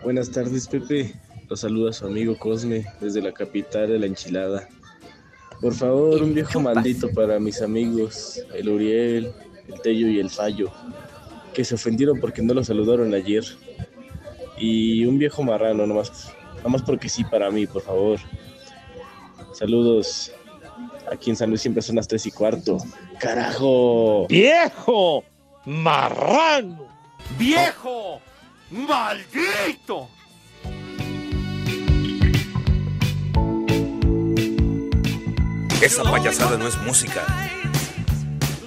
[SPEAKER 28] Buenas tardes, Pepe. Los saluda su amigo Cosme desde la capital de la enchilada. Por favor, un viejo maldito para mis amigos, el Uriel, el Tello y el Fallo, que se ofendieron porque no lo saludaron ayer. Y un viejo marrano, nomás, nomás porque sí para mí, por favor. Saludos. Aquí en San Luis siempre son las tres y cuarto. ¡Carajo!
[SPEAKER 11] ¡Viejo! ¡Marrano!
[SPEAKER 12] ¡Viejo! ¡Maldito!
[SPEAKER 29] Esa payasada no es música.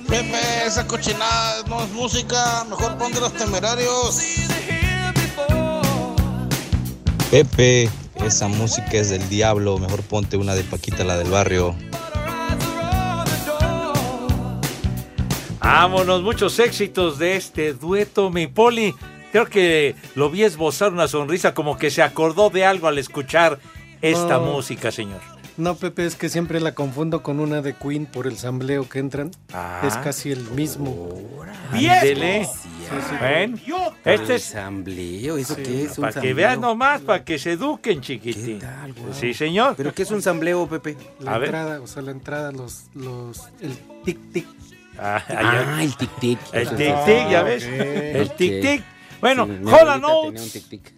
[SPEAKER 30] Pepe, esa cochinada no es música, mejor ponte los temerarios.
[SPEAKER 14] Pepe, esa música es del diablo, mejor ponte una de Paquita, la del barrio.
[SPEAKER 12] Vámonos, muchos éxitos de este dueto, mi poli. Creo que lo vi esbozar una sonrisa como que se acordó de algo al escuchar esta
[SPEAKER 14] Oh.
[SPEAKER 12] música, señor.
[SPEAKER 14] No, Pepe, es que siempre la confundo con una de Queen por el sambleo que entran.
[SPEAKER 12] Ah. Oh,
[SPEAKER 14] es casi el mismo.
[SPEAKER 12] ¡Ándele!
[SPEAKER 14] sí.
[SPEAKER 12] Ven, este es...
[SPEAKER 3] ¿eso qué es? ¿Un
[SPEAKER 12] Para que
[SPEAKER 3] sambleo?
[SPEAKER 12] veas nomás, para que se eduquen, chiquitín. Sí, señor. ¿Pero qué es un sambleo, Pepe?
[SPEAKER 14] La
[SPEAKER 12] A ver.
[SPEAKER 14] entrada, o sea, la entrada, los, los, el tic-tic.
[SPEAKER 12] Ah,
[SPEAKER 3] Ah, el tic-tic. Ah,
[SPEAKER 12] El tic-tic, ya ves.
[SPEAKER 3] ok.
[SPEAKER 12] El
[SPEAKER 3] Ok.
[SPEAKER 12] tic-tic. Bueno,
[SPEAKER 3] Sí, mi
[SPEAKER 12] Hola
[SPEAKER 3] abuelita tenía un
[SPEAKER 12] Notes.
[SPEAKER 3] tic-tic.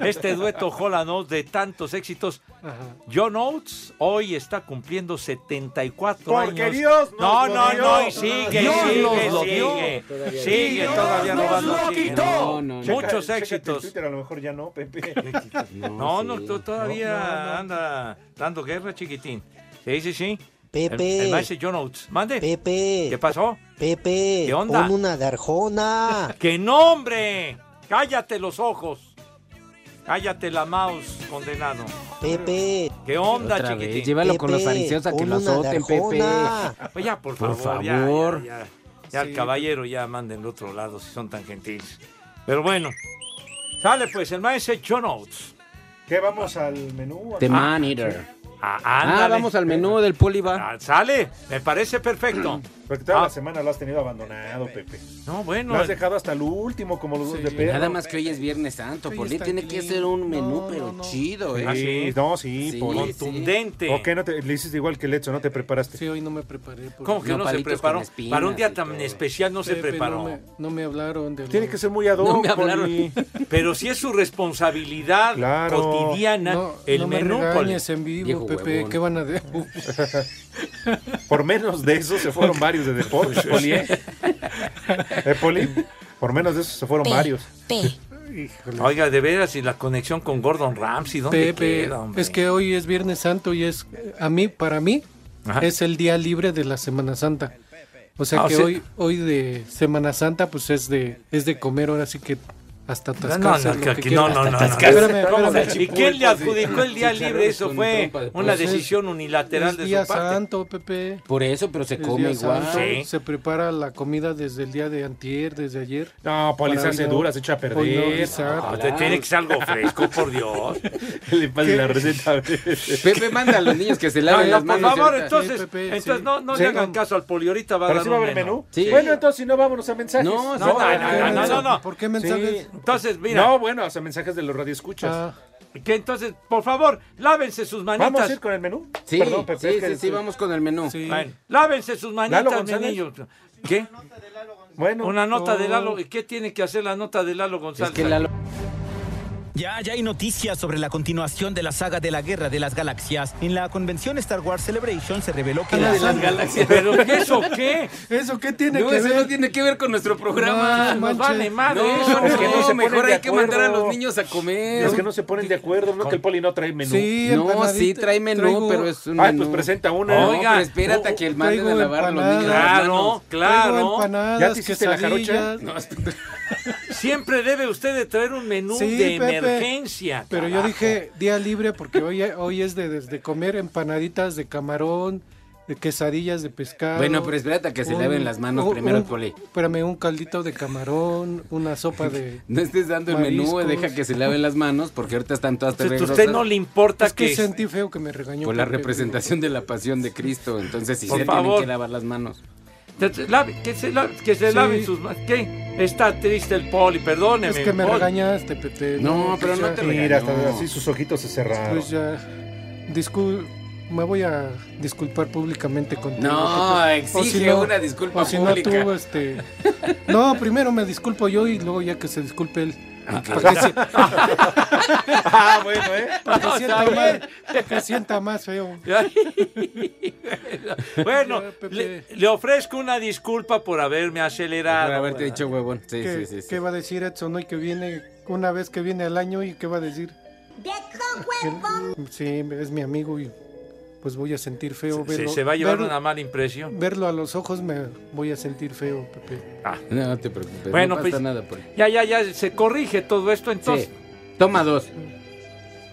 [SPEAKER 12] Este dueto Hola Notes de tantos éxitos.
[SPEAKER 14] Ajá.
[SPEAKER 12] John Oates hoy está cumpliendo 74
[SPEAKER 8] Porque
[SPEAKER 12] años.
[SPEAKER 8] Dios nos
[SPEAKER 12] no,
[SPEAKER 8] lo
[SPEAKER 12] no,
[SPEAKER 8] dio.
[SPEAKER 12] no, y sigue,
[SPEAKER 8] Dios
[SPEAKER 12] sigue,
[SPEAKER 8] nos lo
[SPEAKER 12] sigue.
[SPEAKER 8] dio.
[SPEAKER 12] Todavía
[SPEAKER 8] Todavía
[SPEAKER 12] sigue,
[SPEAKER 8] Dios
[SPEAKER 12] todavía no
[SPEAKER 8] nos
[SPEAKER 12] va
[SPEAKER 8] lo
[SPEAKER 12] no, sigue.
[SPEAKER 8] quitó.
[SPEAKER 12] No, no, no.
[SPEAKER 8] Checa-
[SPEAKER 12] Muchos
[SPEAKER 8] chécate
[SPEAKER 12] éxitos.
[SPEAKER 8] Twitter, a lo mejor ya no, Pepe.
[SPEAKER 12] No, no, tú todavía
[SPEAKER 8] No, no, no.
[SPEAKER 12] anda dando guerra, chiquitín. Sí, sí, sí.
[SPEAKER 1] Pepe.
[SPEAKER 12] El, el maestro John Oates. Mande.
[SPEAKER 1] Pepe.
[SPEAKER 12] ¿Qué pasó?
[SPEAKER 1] Pepe,
[SPEAKER 12] ¿Qué onda?
[SPEAKER 1] pon una de Arjona.
[SPEAKER 12] ¡Que no, hombre! ¡Cállate los ojos! ¡Cállate la mouse, condenado!
[SPEAKER 1] Pepe.
[SPEAKER 12] ¿Qué onda,
[SPEAKER 3] Otra
[SPEAKER 12] chiquitín?
[SPEAKER 3] vez, llévalo con los Pepe, fariseos a que pon lo una de azoten, Pepe. Arjona.
[SPEAKER 12] Oye, ya, por favor.
[SPEAKER 3] Por
[SPEAKER 12] ya,
[SPEAKER 3] favor.
[SPEAKER 12] Ya, ya, Ya, al
[SPEAKER 3] Sí.
[SPEAKER 12] caballero ya manden al otro lado si son tan gentiles. Pero bueno. Sale pues, el maestro John Oates.
[SPEAKER 8] ¿Qué vamos al menú?
[SPEAKER 3] The
[SPEAKER 8] Ah,
[SPEAKER 3] Man Eater.
[SPEAKER 12] Ah,
[SPEAKER 3] Ah,
[SPEAKER 12] ándale.
[SPEAKER 3] vamos al menú del Poliva.
[SPEAKER 12] Ah, Sale, me parece perfecto.
[SPEAKER 8] Porque
[SPEAKER 3] Ah.
[SPEAKER 8] toda la semana lo has tenido abandonado, Pepe.
[SPEAKER 12] No, eh. bueno.
[SPEAKER 8] Lo has
[SPEAKER 12] el-
[SPEAKER 8] dejado hasta el último, como los dos de Pedro.
[SPEAKER 3] Nada más que hoy es Viernes Santo,
[SPEAKER 8] Hoy
[SPEAKER 3] Poli.
[SPEAKER 8] está
[SPEAKER 3] Tiene que ser un menú, pero chido, ¿eh?
[SPEAKER 8] Ah, Sí, no, sí, Poli.
[SPEAKER 12] Contundente.
[SPEAKER 8] ¿O qué no te, le hiciste igual que Lecho? ¿No te preparaste?
[SPEAKER 14] Sí, hoy no me preparé. porque-
[SPEAKER 12] ¿Cómo que no, se preparó? Para un día tan especial no se
[SPEAKER 14] Pepe,
[SPEAKER 12] preparó.
[SPEAKER 14] No me, no me hablaron de
[SPEAKER 8] Tiene
[SPEAKER 14] lo-
[SPEAKER 8] que ser muy ad hoc,
[SPEAKER 12] No me hablaron.
[SPEAKER 8] Poli.
[SPEAKER 12] Pero si es su responsabilidad
[SPEAKER 8] Claro.
[SPEAKER 12] cotidiana,
[SPEAKER 14] No,
[SPEAKER 12] el
[SPEAKER 14] no me
[SPEAKER 12] menú.
[SPEAKER 14] regañes
[SPEAKER 12] Poli.
[SPEAKER 14] en vivo, Pepe. ¿Qué van a de?
[SPEAKER 8] Por menos de eso se fueron varios de deportes, Poli. ¿eh? Eh, Poli, por menos de eso se fueron varios.
[SPEAKER 12] Oiga, de veras, y la conexión con Gordon Ramsay, ¿dónde
[SPEAKER 14] Pepe,
[SPEAKER 12] queda, hombre?
[SPEAKER 14] es que hoy es Viernes Santo y es, eh, a mí, para mí, es el día libre de la Semana Santa. O sea
[SPEAKER 12] Ah, o
[SPEAKER 14] que
[SPEAKER 12] sea-
[SPEAKER 14] hoy, hoy de Semana Santa, pues es de, es de comer, ahora sí que hasta
[SPEAKER 12] No, no,
[SPEAKER 14] atascarse.
[SPEAKER 12] que- que- no, no, no, no.
[SPEAKER 14] Espérame,
[SPEAKER 12] ¿Cómo
[SPEAKER 14] espérame.
[SPEAKER 12] se- ¿Y quién le adjudicó el día
[SPEAKER 14] Chicharrón
[SPEAKER 12] libre? Eso
[SPEAKER 14] con
[SPEAKER 12] fue
[SPEAKER 14] trompa de
[SPEAKER 12] una
[SPEAKER 14] pollo.
[SPEAKER 12] decisión unilateral
[SPEAKER 14] Es
[SPEAKER 12] de
[SPEAKER 14] día
[SPEAKER 12] su parte.
[SPEAKER 14] santo, Pepe.
[SPEAKER 3] Por eso, pero se
[SPEAKER 14] Es
[SPEAKER 3] come
[SPEAKER 14] día
[SPEAKER 3] igual.
[SPEAKER 14] santo,
[SPEAKER 3] Sí.
[SPEAKER 14] Se prepara la comida desde el día de antier, desde ayer.
[SPEAKER 8] No, Poli se
[SPEAKER 14] Para
[SPEAKER 8] hace
[SPEAKER 14] hoy no-
[SPEAKER 8] dura, se echa a
[SPEAKER 14] hoy no
[SPEAKER 8] perder.
[SPEAKER 14] guisar.
[SPEAKER 12] Ah, Usted tiene que ser algo fresco, por Dios.
[SPEAKER 8] Le pasa
[SPEAKER 12] ¿Qué?
[SPEAKER 8] la receta.
[SPEAKER 3] Pepe, manda a los niños que se laven
[SPEAKER 12] No,
[SPEAKER 3] las
[SPEAKER 12] no,
[SPEAKER 3] manos
[SPEAKER 12] Por favor,
[SPEAKER 3] ahorita.
[SPEAKER 12] entonces,
[SPEAKER 3] Sí, Pepe,
[SPEAKER 12] entonces
[SPEAKER 3] sí.
[SPEAKER 12] no, no
[SPEAKER 3] Sí.
[SPEAKER 12] le hagan caso al poli, ahorita va a
[SPEAKER 8] ¿Pero
[SPEAKER 12] dar
[SPEAKER 8] sí
[SPEAKER 12] un
[SPEAKER 8] va a haber menú?
[SPEAKER 3] Sí.
[SPEAKER 8] Bueno, entonces si no, vámonos a mensajes.
[SPEAKER 3] No,
[SPEAKER 12] No, no, no, no, no, no.
[SPEAKER 14] ¿Por qué mensajes? Ah.
[SPEAKER 8] Sí.
[SPEAKER 12] Entonces, mira.
[SPEAKER 8] No, bueno, o sea, mensajes de los radioescuchas.
[SPEAKER 12] Que entonces, por favor, lávense sus manitas.
[SPEAKER 8] ¿Vamos a ir con el menú?
[SPEAKER 3] Sí,
[SPEAKER 8] Perdón, Pepe,
[SPEAKER 3] sí,
[SPEAKER 8] es que
[SPEAKER 3] sí, sí,
[SPEAKER 8] estoy-
[SPEAKER 3] vamos con el menú.
[SPEAKER 12] Bueno, lávense sus
[SPEAKER 8] ¿Lalo
[SPEAKER 12] manitas,
[SPEAKER 8] González?
[SPEAKER 12] niños. ¿Qué?
[SPEAKER 8] Bueno.
[SPEAKER 12] Una nota de
[SPEAKER 8] Oh.
[SPEAKER 12] Lalo. ¿Qué tiene que hacer la nota de Lalo González?
[SPEAKER 2] Ya, ya hay noticias sobre la continuación de la saga de la Guerra de las Galaxias. En la convención Star Wars Celebration se reveló que la saga-
[SPEAKER 12] ¿Pero qué eso qué?
[SPEAKER 14] ¿Eso qué tiene
[SPEAKER 3] No,
[SPEAKER 14] que
[SPEAKER 3] eso
[SPEAKER 14] ver?
[SPEAKER 3] no tiene que ver con nuestro programa.
[SPEAKER 12] No, Nos vale madre
[SPEAKER 3] No,
[SPEAKER 12] eso,
[SPEAKER 3] no,
[SPEAKER 12] que no se ponen
[SPEAKER 3] mejor
[SPEAKER 12] de
[SPEAKER 3] hay que mandar a
[SPEAKER 12] acuerdo.
[SPEAKER 3] los niños a comer.
[SPEAKER 8] Es que no se ponen de acuerdo, ¿no? Que el poli no trae menú.
[SPEAKER 3] Sí, No, empanadita, sí trae menú, traigo- pero es un
[SPEAKER 14] Ah,
[SPEAKER 8] Ay,
[SPEAKER 3] menú.
[SPEAKER 8] pues presenta una.
[SPEAKER 3] Oiga, No, pero espérate a que el manden a lavar a los niños las manos. Traigo empanadas,
[SPEAKER 8] ¿Ya te hiciste la jarocha?
[SPEAKER 3] quesadillas.
[SPEAKER 8] No,
[SPEAKER 12] Siempre debe usted de traer un menú
[SPEAKER 14] Sí,
[SPEAKER 12] de
[SPEAKER 14] Pepe.
[SPEAKER 12] emergencia.
[SPEAKER 14] Pero yo
[SPEAKER 12] carajo.
[SPEAKER 14] dije día libre porque hoy, hoy es de, desde comer empanaditas de camarón, de quesadillas de pescado.
[SPEAKER 3] Bueno, pero espérate a que se
[SPEAKER 14] un-
[SPEAKER 3] laven las manos
[SPEAKER 14] un-
[SPEAKER 3] primero el
[SPEAKER 14] un-
[SPEAKER 3] poli.
[SPEAKER 14] Espérame, un caldito de camarón, una sopa de.
[SPEAKER 3] No estés dando el menú,
[SPEAKER 14] mariscos.
[SPEAKER 3] deja que se laven las manos porque ahorita están todas
[SPEAKER 8] Pues,
[SPEAKER 14] Entonces,
[SPEAKER 3] terregrosas.
[SPEAKER 14] ¿usted no le
[SPEAKER 12] importa
[SPEAKER 14] Es que, sentí feo que me regañó.
[SPEAKER 3] Por Pues la
[SPEAKER 14] Pepe.
[SPEAKER 3] representación de la pasión de Cristo, entonces sí
[SPEAKER 12] Por
[SPEAKER 3] se
[SPEAKER 12] favor.
[SPEAKER 3] tienen que lavar las manos.
[SPEAKER 12] Entonces, lave- que se, lave- que se
[SPEAKER 3] Sí.
[SPEAKER 12] laven sus manos. ¿Qué? Está triste el poli, perdóneme.
[SPEAKER 14] Es que me
[SPEAKER 12] poli.
[SPEAKER 14] regañaste, Pepe.
[SPEAKER 12] No, pero no te
[SPEAKER 8] Mira,
[SPEAKER 12] regañó.
[SPEAKER 8] hasta así sus ojitos se cerraron.
[SPEAKER 14] Pues ya. discul- Me voy a disculpar públicamente contigo.
[SPEAKER 3] No,
[SPEAKER 14] Pepe. O
[SPEAKER 3] exige
[SPEAKER 14] si no-
[SPEAKER 3] una disculpa
[SPEAKER 14] o si no
[SPEAKER 3] pública.
[SPEAKER 14] tú, este, No, primero me disculpo yo y luego ya que se disculpe él.
[SPEAKER 3] Ok.
[SPEAKER 14] Para que se-
[SPEAKER 8] ah, bueno, ¿eh?
[SPEAKER 14] Para que
[SPEAKER 12] No,
[SPEAKER 14] sienta
[SPEAKER 12] está bien.
[SPEAKER 14] más- para que sienta más feo.
[SPEAKER 12] bueno,
[SPEAKER 14] Ya, Pepe.
[SPEAKER 12] le, le ofrezco una disculpa por haberme acelerado.
[SPEAKER 3] Por haberte dicho huevón. Sí,
[SPEAKER 14] ¿Qué,
[SPEAKER 3] sí, sí. sí.
[SPEAKER 14] qué va a decir Edson hoy que viene, una vez que viene al año y qué va a decir? Sí, es mi amigo y pues voy a sentir feo
[SPEAKER 12] Se,
[SPEAKER 14] verlo.
[SPEAKER 12] se va a llevar
[SPEAKER 14] verlo-
[SPEAKER 12] una mala impresión.
[SPEAKER 14] Verlo a los ojos me voy a sentir feo, Pepe.
[SPEAKER 3] No, no te preocupes. no
[SPEAKER 12] Bueno,
[SPEAKER 3] pasa
[SPEAKER 12] pues,
[SPEAKER 3] nada, Poli.
[SPEAKER 12] Ya, ya, ya se corrige todo esto entonces.
[SPEAKER 3] Sí. Toma dos.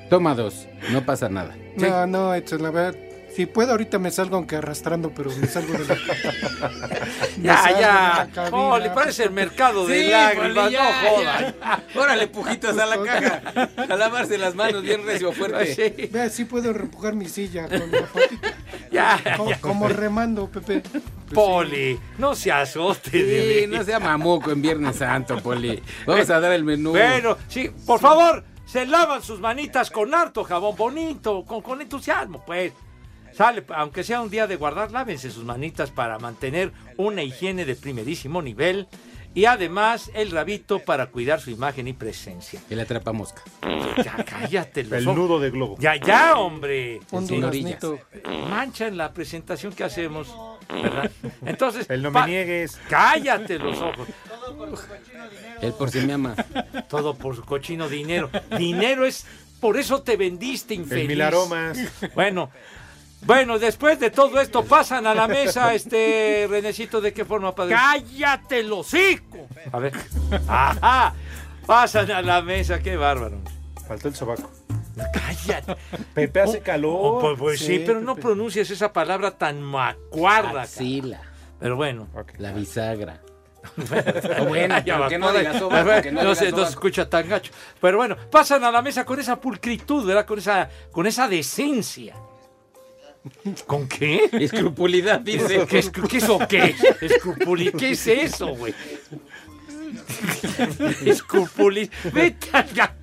[SPEAKER 3] Toma dos. No pasa nada.
[SPEAKER 14] No, no, Edson, la verdad, Si puedo, ahorita me salgo, aunque arrastrando, pero me salgo de la. Me salgo de
[SPEAKER 12] Ya,
[SPEAKER 14] la
[SPEAKER 12] ya.
[SPEAKER 14] cabina.
[SPEAKER 12] No, le parece el mercado de
[SPEAKER 3] Sí,
[SPEAKER 12] lágrimas,
[SPEAKER 3] Poli, ya,
[SPEAKER 12] no jodas.
[SPEAKER 3] Órale, pujitos a la caja. A lavarse las manos bien recio fuerte.
[SPEAKER 14] Vea, sí puedo reempujar mi silla con la patita.
[SPEAKER 12] Ya,
[SPEAKER 14] Como,
[SPEAKER 12] ya. Pues
[SPEAKER 14] como remando, Pepe.
[SPEAKER 12] Poli, no se azote
[SPEAKER 3] Sí, no sea mamuco en Viernes Santo, Poli. Vamos a dar el menú.
[SPEAKER 12] Bueno, sí, por favor, se lavan sus manitas con harto jabón bonito, con, con entusiasmo, pues. Sale, aunque sea un día de guardar, lávense sus manitas para mantener una higiene de primerísimo nivel y además el rabito para cuidar su imagen y presencia.
[SPEAKER 3] El atrapamosca.
[SPEAKER 12] Ya, cállate. los
[SPEAKER 8] El
[SPEAKER 12] ojos.
[SPEAKER 8] nudo de globo.
[SPEAKER 12] Ya, ya, hombre.
[SPEAKER 8] Un
[SPEAKER 12] Sin
[SPEAKER 8] duraznito.
[SPEAKER 12] orillas. Mancha en la presentación que hacemos, ¿verdad? Entonces... El no
[SPEAKER 8] me
[SPEAKER 12] niegues. Cállate los ojos.
[SPEAKER 3] El por si me ama.
[SPEAKER 12] Todo por su cochino dinero. Dinero es. Por eso te vendiste, infeliz.
[SPEAKER 8] mil aromas.
[SPEAKER 12] Bueno. Bueno, después de todo esto, pasan a la mesa, este Renecito, ¿de qué forma, padre? ¡Cállate los hocico! A ver. ¡Ajá! Pasan a la mesa, qué bárbaro.
[SPEAKER 8] Faltó el sobaco.
[SPEAKER 12] Cállate.
[SPEAKER 8] Pepe hace calor.
[SPEAKER 12] Oh, pues, pues sí, pero no pronuncias esa palabra tan macuarda.
[SPEAKER 3] Axila.
[SPEAKER 12] Pero bueno.
[SPEAKER 3] La bisagra.
[SPEAKER 12] cara.
[SPEAKER 3] Bueno,
[SPEAKER 12] Ya
[SPEAKER 3] pero
[SPEAKER 12] va,
[SPEAKER 3] que no
[SPEAKER 12] pobre.
[SPEAKER 3] digas sobaco, que no
[SPEAKER 12] No
[SPEAKER 3] digas
[SPEAKER 12] se- no se
[SPEAKER 3] sobaco.
[SPEAKER 12] escucha tan gacho. Pero bueno, pasan a la mesa con esa pulcritud, ¿verdad? Con esa, con esa decencia. ¿Con qué?
[SPEAKER 3] Escrupulidad, dice.
[SPEAKER 12] ¿Qué, escru- qué es o qué? Escrupuli- ¿Qué es eso, güey? Escrupuli... Vete allá.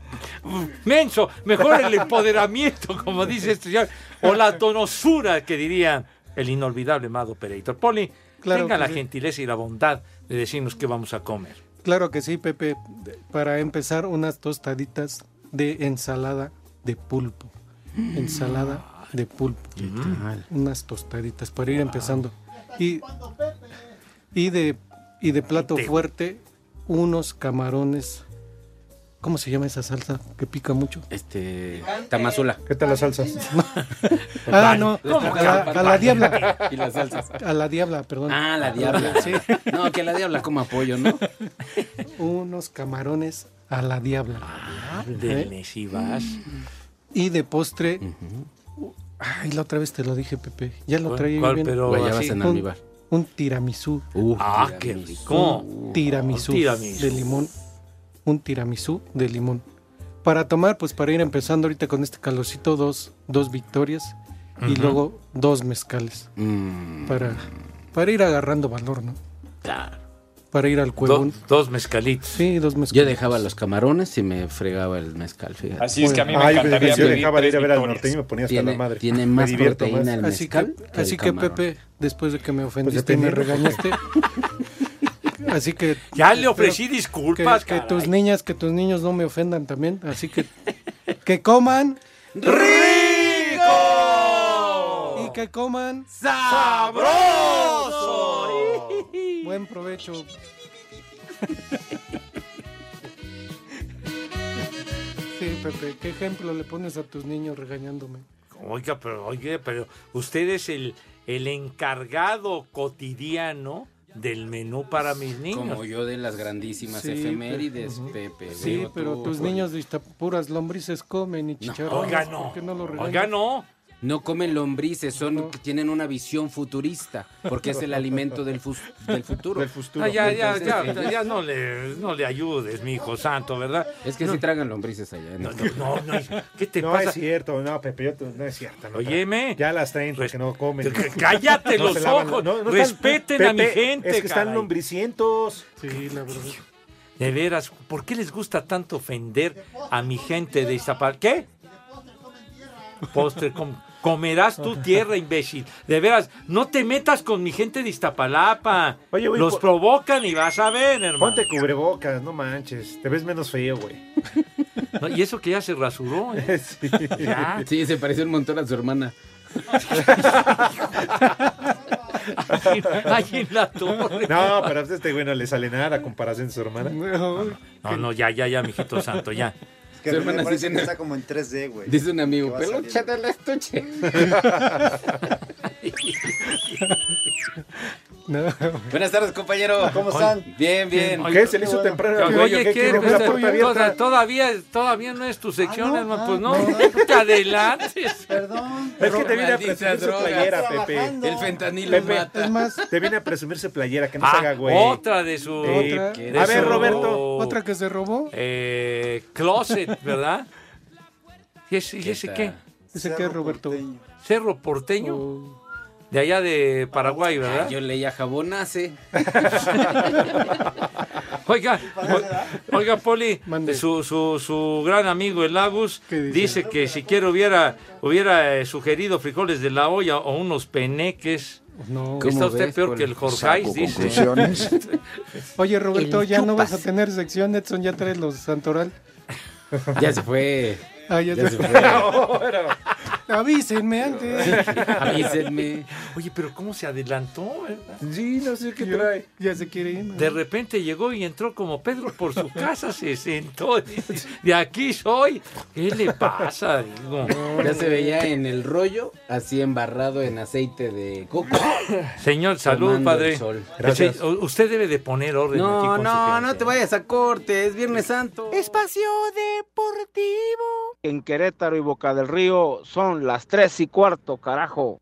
[SPEAKER 12] Menso, mejor el empoderamiento, como dice este señor. O la donosura, que diría el inolvidable Mado Pereitor. Poli,
[SPEAKER 14] Claro
[SPEAKER 12] tenga
[SPEAKER 14] que
[SPEAKER 12] la
[SPEAKER 14] sí.
[SPEAKER 12] gentileza y la bondad de decirnos qué vamos a comer.
[SPEAKER 14] Claro que sí, Pepe. Para empezar, unas tostaditas de ensalada de pulpo.
[SPEAKER 3] Mm.
[SPEAKER 14] Ensalada de pulpo. Unas tostaditas para ir empezando. Y, y, de, y de plato fuerte, unos camarones. ¿Cómo se llama esa salsa que pica mucho?
[SPEAKER 3] Este. Tamazula.
[SPEAKER 8] ¿Qué tal las salsas?
[SPEAKER 14] Ah, no.
[SPEAKER 3] ¿Cómo
[SPEAKER 14] A la,
[SPEAKER 3] que?
[SPEAKER 14] a la diabla.
[SPEAKER 3] Y las salsas.
[SPEAKER 14] A la diabla, perdón.
[SPEAKER 3] Ah, la diabla.
[SPEAKER 14] Sí.
[SPEAKER 3] No, que la diabla como apoyo, ¿no?
[SPEAKER 14] Unos camarones a la diabla. Ah, ¿eh?
[SPEAKER 12] Ándele, si vas.
[SPEAKER 14] Y de postre. Ay, la otra vez te lo dije, Pepe. Ya lo
[SPEAKER 12] ¿Cuál-
[SPEAKER 14] traía yo
[SPEAKER 12] cuál?
[SPEAKER 14] bien.
[SPEAKER 12] Pero Guayabas así. en
[SPEAKER 14] un,
[SPEAKER 12] almíbar.
[SPEAKER 14] un tiramisú.
[SPEAKER 12] ah, qué rico.
[SPEAKER 14] Un tiramisú,
[SPEAKER 12] Uh, Un tiramisú.
[SPEAKER 14] de limón. Un tiramisú de limón. Para tomar, pues para ir empezando ahorita con este calorcito, dos, dos victorias y
[SPEAKER 3] Ujú.
[SPEAKER 14] luego dos mezcales. Para, para ir agarrando valor, ¿no?
[SPEAKER 3] Claro.
[SPEAKER 14] Para ir al cuevón.
[SPEAKER 12] dos mezcalitos.
[SPEAKER 14] Sí, dos mezcalitos.
[SPEAKER 3] Yo dejaba los camarones y me fregaba el mezcal, fíjate.
[SPEAKER 14] Así es que a mí me Ay, encantaría
[SPEAKER 8] pues, yo dejaba de ir a ver al norteño y me ponía hasta
[SPEAKER 3] tiene,
[SPEAKER 8] la madre.
[SPEAKER 3] Tiene
[SPEAKER 8] Me
[SPEAKER 3] más
[SPEAKER 8] divierto
[SPEAKER 3] proteína
[SPEAKER 8] más.
[SPEAKER 3] el
[SPEAKER 14] Así
[SPEAKER 3] mezcal.
[SPEAKER 14] que,
[SPEAKER 3] el
[SPEAKER 14] así que
[SPEAKER 3] camarón.
[SPEAKER 14] Pepe, después de que me ofendiste y
[SPEAKER 12] Pues
[SPEAKER 14] me
[SPEAKER 3] dependiendo.
[SPEAKER 14] regañaste. así que.
[SPEAKER 12] Ya le
[SPEAKER 14] espero
[SPEAKER 12] ofrecí
[SPEAKER 14] que-
[SPEAKER 12] disculpas,
[SPEAKER 14] Que,
[SPEAKER 12] caray.
[SPEAKER 14] tus niñas, que tus niños no me ofendan también. Así que. Que coman. ¡Rico! Y que coman.
[SPEAKER 12] ¡Sabroso!
[SPEAKER 14] Buen provecho. Sí, Pepe, ¿qué ejemplo le pones a tus niños regañándome?
[SPEAKER 12] Oiga, pero, oye, pero usted es el, el encargado cotidiano del menú para mis niños.
[SPEAKER 3] Como yo de las grandísimas
[SPEAKER 14] Sí,
[SPEAKER 3] efemérides,
[SPEAKER 14] ujú.
[SPEAKER 3] Pepe.
[SPEAKER 14] Sí,
[SPEAKER 3] veo
[SPEAKER 14] pero
[SPEAKER 3] tú,
[SPEAKER 14] tus
[SPEAKER 3] Poli.
[SPEAKER 14] niños de Iztap- puras lombrices comen y chicharrones.
[SPEAKER 3] Oiga, no.
[SPEAKER 14] ¿por qué lo regañas?
[SPEAKER 3] Oiga,
[SPEAKER 12] no.
[SPEAKER 3] No comen lombrices, son tienen una visión futurista, porque es el alimento del, fus- del futuro.
[SPEAKER 12] Ah, ya, ya, ya,
[SPEAKER 3] Entonces, eh,
[SPEAKER 12] ya, no le, no le ayudes, mi hijo santo, ¿verdad?
[SPEAKER 3] Es que
[SPEAKER 12] no,
[SPEAKER 3] sí tragan lombrices allá. en
[SPEAKER 12] no,
[SPEAKER 3] Estados Unidos.
[SPEAKER 12] no, no, ¿qué te
[SPEAKER 8] no
[SPEAKER 12] pasa?
[SPEAKER 8] es cierto, no, Pepe, yo te- no es cierto. No,
[SPEAKER 12] Óyeme.
[SPEAKER 8] Ya las traen porque no comen.
[SPEAKER 12] cállate los
[SPEAKER 8] se lavan-
[SPEAKER 12] ojos,
[SPEAKER 8] están-
[SPEAKER 12] respeten a mi
[SPEAKER 8] Pepe,
[SPEAKER 12] gente,
[SPEAKER 8] Es que están
[SPEAKER 12] caray.
[SPEAKER 8] lombricientos.
[SPEAKER 14] Sí, la verdad.
[SPEAKER 12] De veras, ¿por qué les gusta tanto ofender a mi gente de Iztapalapa? ¿Qué? Postre, com- comerás tu tierra, imbécil. De veras, no te metas con mi gente de Iztapalapa.
[SPEAKER 8] Oye, güey,
[SPEAKER 12] Los
[SPEAKER 8] po-
[SPEAKER 12] provocan y vas a ver, hermano.
[SPEAKER 8] Ponte cubrebocas, no manches. Te ves menos feo, güey.
[SPEAKER 12] No, y eso que ya se rasuró. ¿eh? Ya.
[SPEAKER 3] Sí, se pareció un montón a su hermana.
[SPEAKER 12] Ay, ay, la torre.
[SPEAKER 8] No, pero a este güey no le sale nada a comparación de su hermana.
[SPEAKER 12] No, no, ya, ya, ya, mijito santo, ya.
[SPEAKER 5] Que
[SPEAKER 3] Su
[SPEAKER 5] a mí me
[SPEAKER 3] hermana sí
[SPEAKER 5] parece que
[SPEAKER 3] tiene-
[SPEAKER 5] está como en 3D, güey.
[SPEAKER 3] Dice un amigo,
[SPEAKER 5] Que va
[SPEAKER 3] peluche
[SPEAKER 5] saliendo.
[SPEAKER 3] del estuche. Buenas tardes, compañero.
[SPEAKER 12] ¿Cómo están?
[SPEAKER 3] Bien, bien.
[SPEAKER 8] ¿Qué? Se le hizo temprano.
[SPEAKER 12] Oye, ¿qué?
[SPEAKER 8] quiere?
[SPEAKER 12] Pues,
[SPEAKER 8] ¿La puerta
[SPEAKER 12] to-
[SPEAKER 8] abierta?
[SPEAKER 12] todavía, todavía no es tu sección,
[SPEAKER 8] no,
[SPEAKER 12] hermano.
[SPEAKER 8] ah,
[SPEAKER 12] Pues no, no te adelantes.
[SPEAKER 8] Perdón. Es que te vine a
[SPEAKER 12] Maldita
[SPEAKER 8] presumir su
[SPEAKER 12] droga.
[SPEAKER 8] playera,
[SPEAKER 12] Está
[SPEAKER 8] Pepe.
[SPEAKER 12] trabajando. El fentanilo
[SPEAKER 8] Pepe,
[SPEAKER 12] mata.
[SPEAKER 8] Es más, te vine a presumir su playera, que no se
[SPEAKER 12] Ah,
[SPEAKER 8] haga güey.
[SPEAKER 12] otra de su-
[SPEAKER 8] Sí.
[SPEAKER 12] otra.
[SPEAKER 8] A
[SPEAKER 12] de
[SPEAKER 8] ver,
[SPEAKER 12] su-
[SPEAKER 8] Roberto.
[SPEAKER 14] Otra que se robó.
[SPEAKER 12] Eh, closet, ¿verdad? ¿Y ese y ese qué?
[SPEAKER 14] Ese que es Roberto.
[SPEAKER 12] Cerro Porteño.
[SPEAKER 8] Oh.
[SPEAKER 12] De allá de Paraguay, ¿verdad?
[SPEAKER 3] Yo leía jabonace.
[SPEAKER 12] Oiga, o- oiga Poli, su, su, su gran amigo el Agus dice que si quiero hubiera, hubiera eh, sugerido frijoles de la olla o unos peneques.
[SPEAKER 14] No.
[SPEAKER 12] Está usted peor que el Jorjais, dice.
[SPEAKER 14] Oye, Roberto,
[SPEAKER 12] El
[SPEAKER 14] ya no vas a tener sección, Edson, ya traes los Santoral.
[SPEAKER 3] Ya se fue.
[SPEAKER 14] Ah, ya, se, fue. Avísenme antes.
[SPEAKER 12] Avísenme. Oye, pero ¿cómo se adelantó? verdad?
[SPEAKER 14] Sí, no sé qué
[SPEAKER 12] trae.
[SPEAKER 14] Ya se quiere ir. ¿no?
[SPEAKER 12] De repente llegó y entró como Pedro por su casa, se sentó. dice, De aquí soy. ¿Qué le pasa? Digo?
[SPEAKER 3] Ya se veía en el rollo, así embarrado en aceite de coco.
[SPEAKER 12] Señor, salud,
[SPEAKER 3] Tomando
[SPEAKER 12] padre.
[SPEAKER 3] el sol.
[SPEAKER 12] Ese- u- Usted debe de poner orden. aquí
[SPEAKER 3] No,
[SPEAKER 12] con su
[SPEAKER 3] no,
[SPEAKER 12] gente.
[SPEAKER 3] no te vayas a corte, es Viernes Santo.
[SPEAKER 5] Espacio Deportivo.
[SPEAKER 6] En Querétaro y Boca del Río son las tres y cuarto, carajo.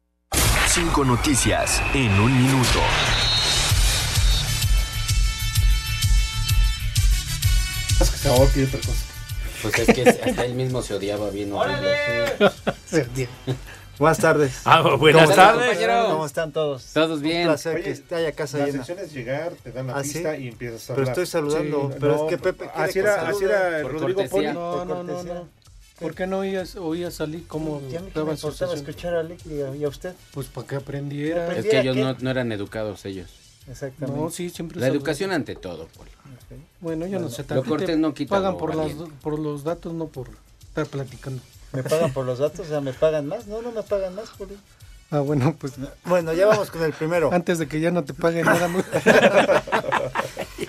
[SPEAKER 4] Cinco noticias en un minuto.
[SPEAKER 8] Sabor que otra cosa.
[SPEAKER 3] Pues es que hasta él mismo se odiaba bien. horrible.
[SPEAKER 7] Buenas tardes.
[SPEAKER 12] Ah, buenas
[SPEAKER 7] ¿Cómo están,
[SPEAKER 12] tardes.
[SPEAKER 7] compañero? ¿Cómo están todos?
[SPEAKER 3] Todos bien.
[SPEAKER 7] Un placer que
[SPEAKER 8] Oye,
[SPEAKER 7] esté haya casa
[SPEAKER 8] la
[SPEAKER 7] llena.
[SPEAKER 8] sección es llegar, te dan la
[SPEAKER 7] ¿Ah,
[SPEAKER 8] pista
[SPEAKER 7] sí?
[SPEAKER 8] y empiezas a
[SPEAKER 7] Pero
[SPEAKER 8] hablar.
[SPEAKER 7] estoy saludando, pero es que Pepe quiere
[SPEAKER 8] Así
[SPEAKER 7] que
[SPEAKER 8] era, así
[SPEAKER 7] salude.
[SPEAKER 8] era
[SPEAKER 7] Por
[SPEAKER 8] Rodrigo Poli.
[SPEAKER 7] cortesía.
[SPEAKER 14] No, no, no, no. ¿Por qué no oías, oías salir como
[SPEAKER 7] Ya me quedaba a escuchar a Alec y a, y a usted.
[SPEAKER 14] Pues para que aprendiera.
[SPEAKER 3] Es que ellos no, no eran educados, ellos.
[SPEAKER 7] Exactamente.
[SPEAKER 14] No, sí, siempre
[SPEAKER 3] La
[SPEAKER 14] saludan.
[SPEAKER 3] educación ante todo. pues. Poli.
[SPEAKER 14] Bueno, yo no sé.
[SPEAKER 3] Lo
[SPEAKER 14] a ti te
[SPEAKER 3] cortes no quita
[SPEAKER 14] Pagan
[SPEAKER 3] lo
[SPEAKER 14] por, las,
[SPEAKER 3] valiente.
[SPEAKER 14] por los datos, no por estar platicando.
[SPEAKER 7] ¿Me pagan por los datos? O sea, ¿me pagan más? No, no me pagan más, Poli.
[SPEAKER 14] Ah, bueno, pues.
[SPEAKER 7] Bueno, ya vamos con el primero.
[SPEAKER 14] Antes de que ya no te paguen nada. mu-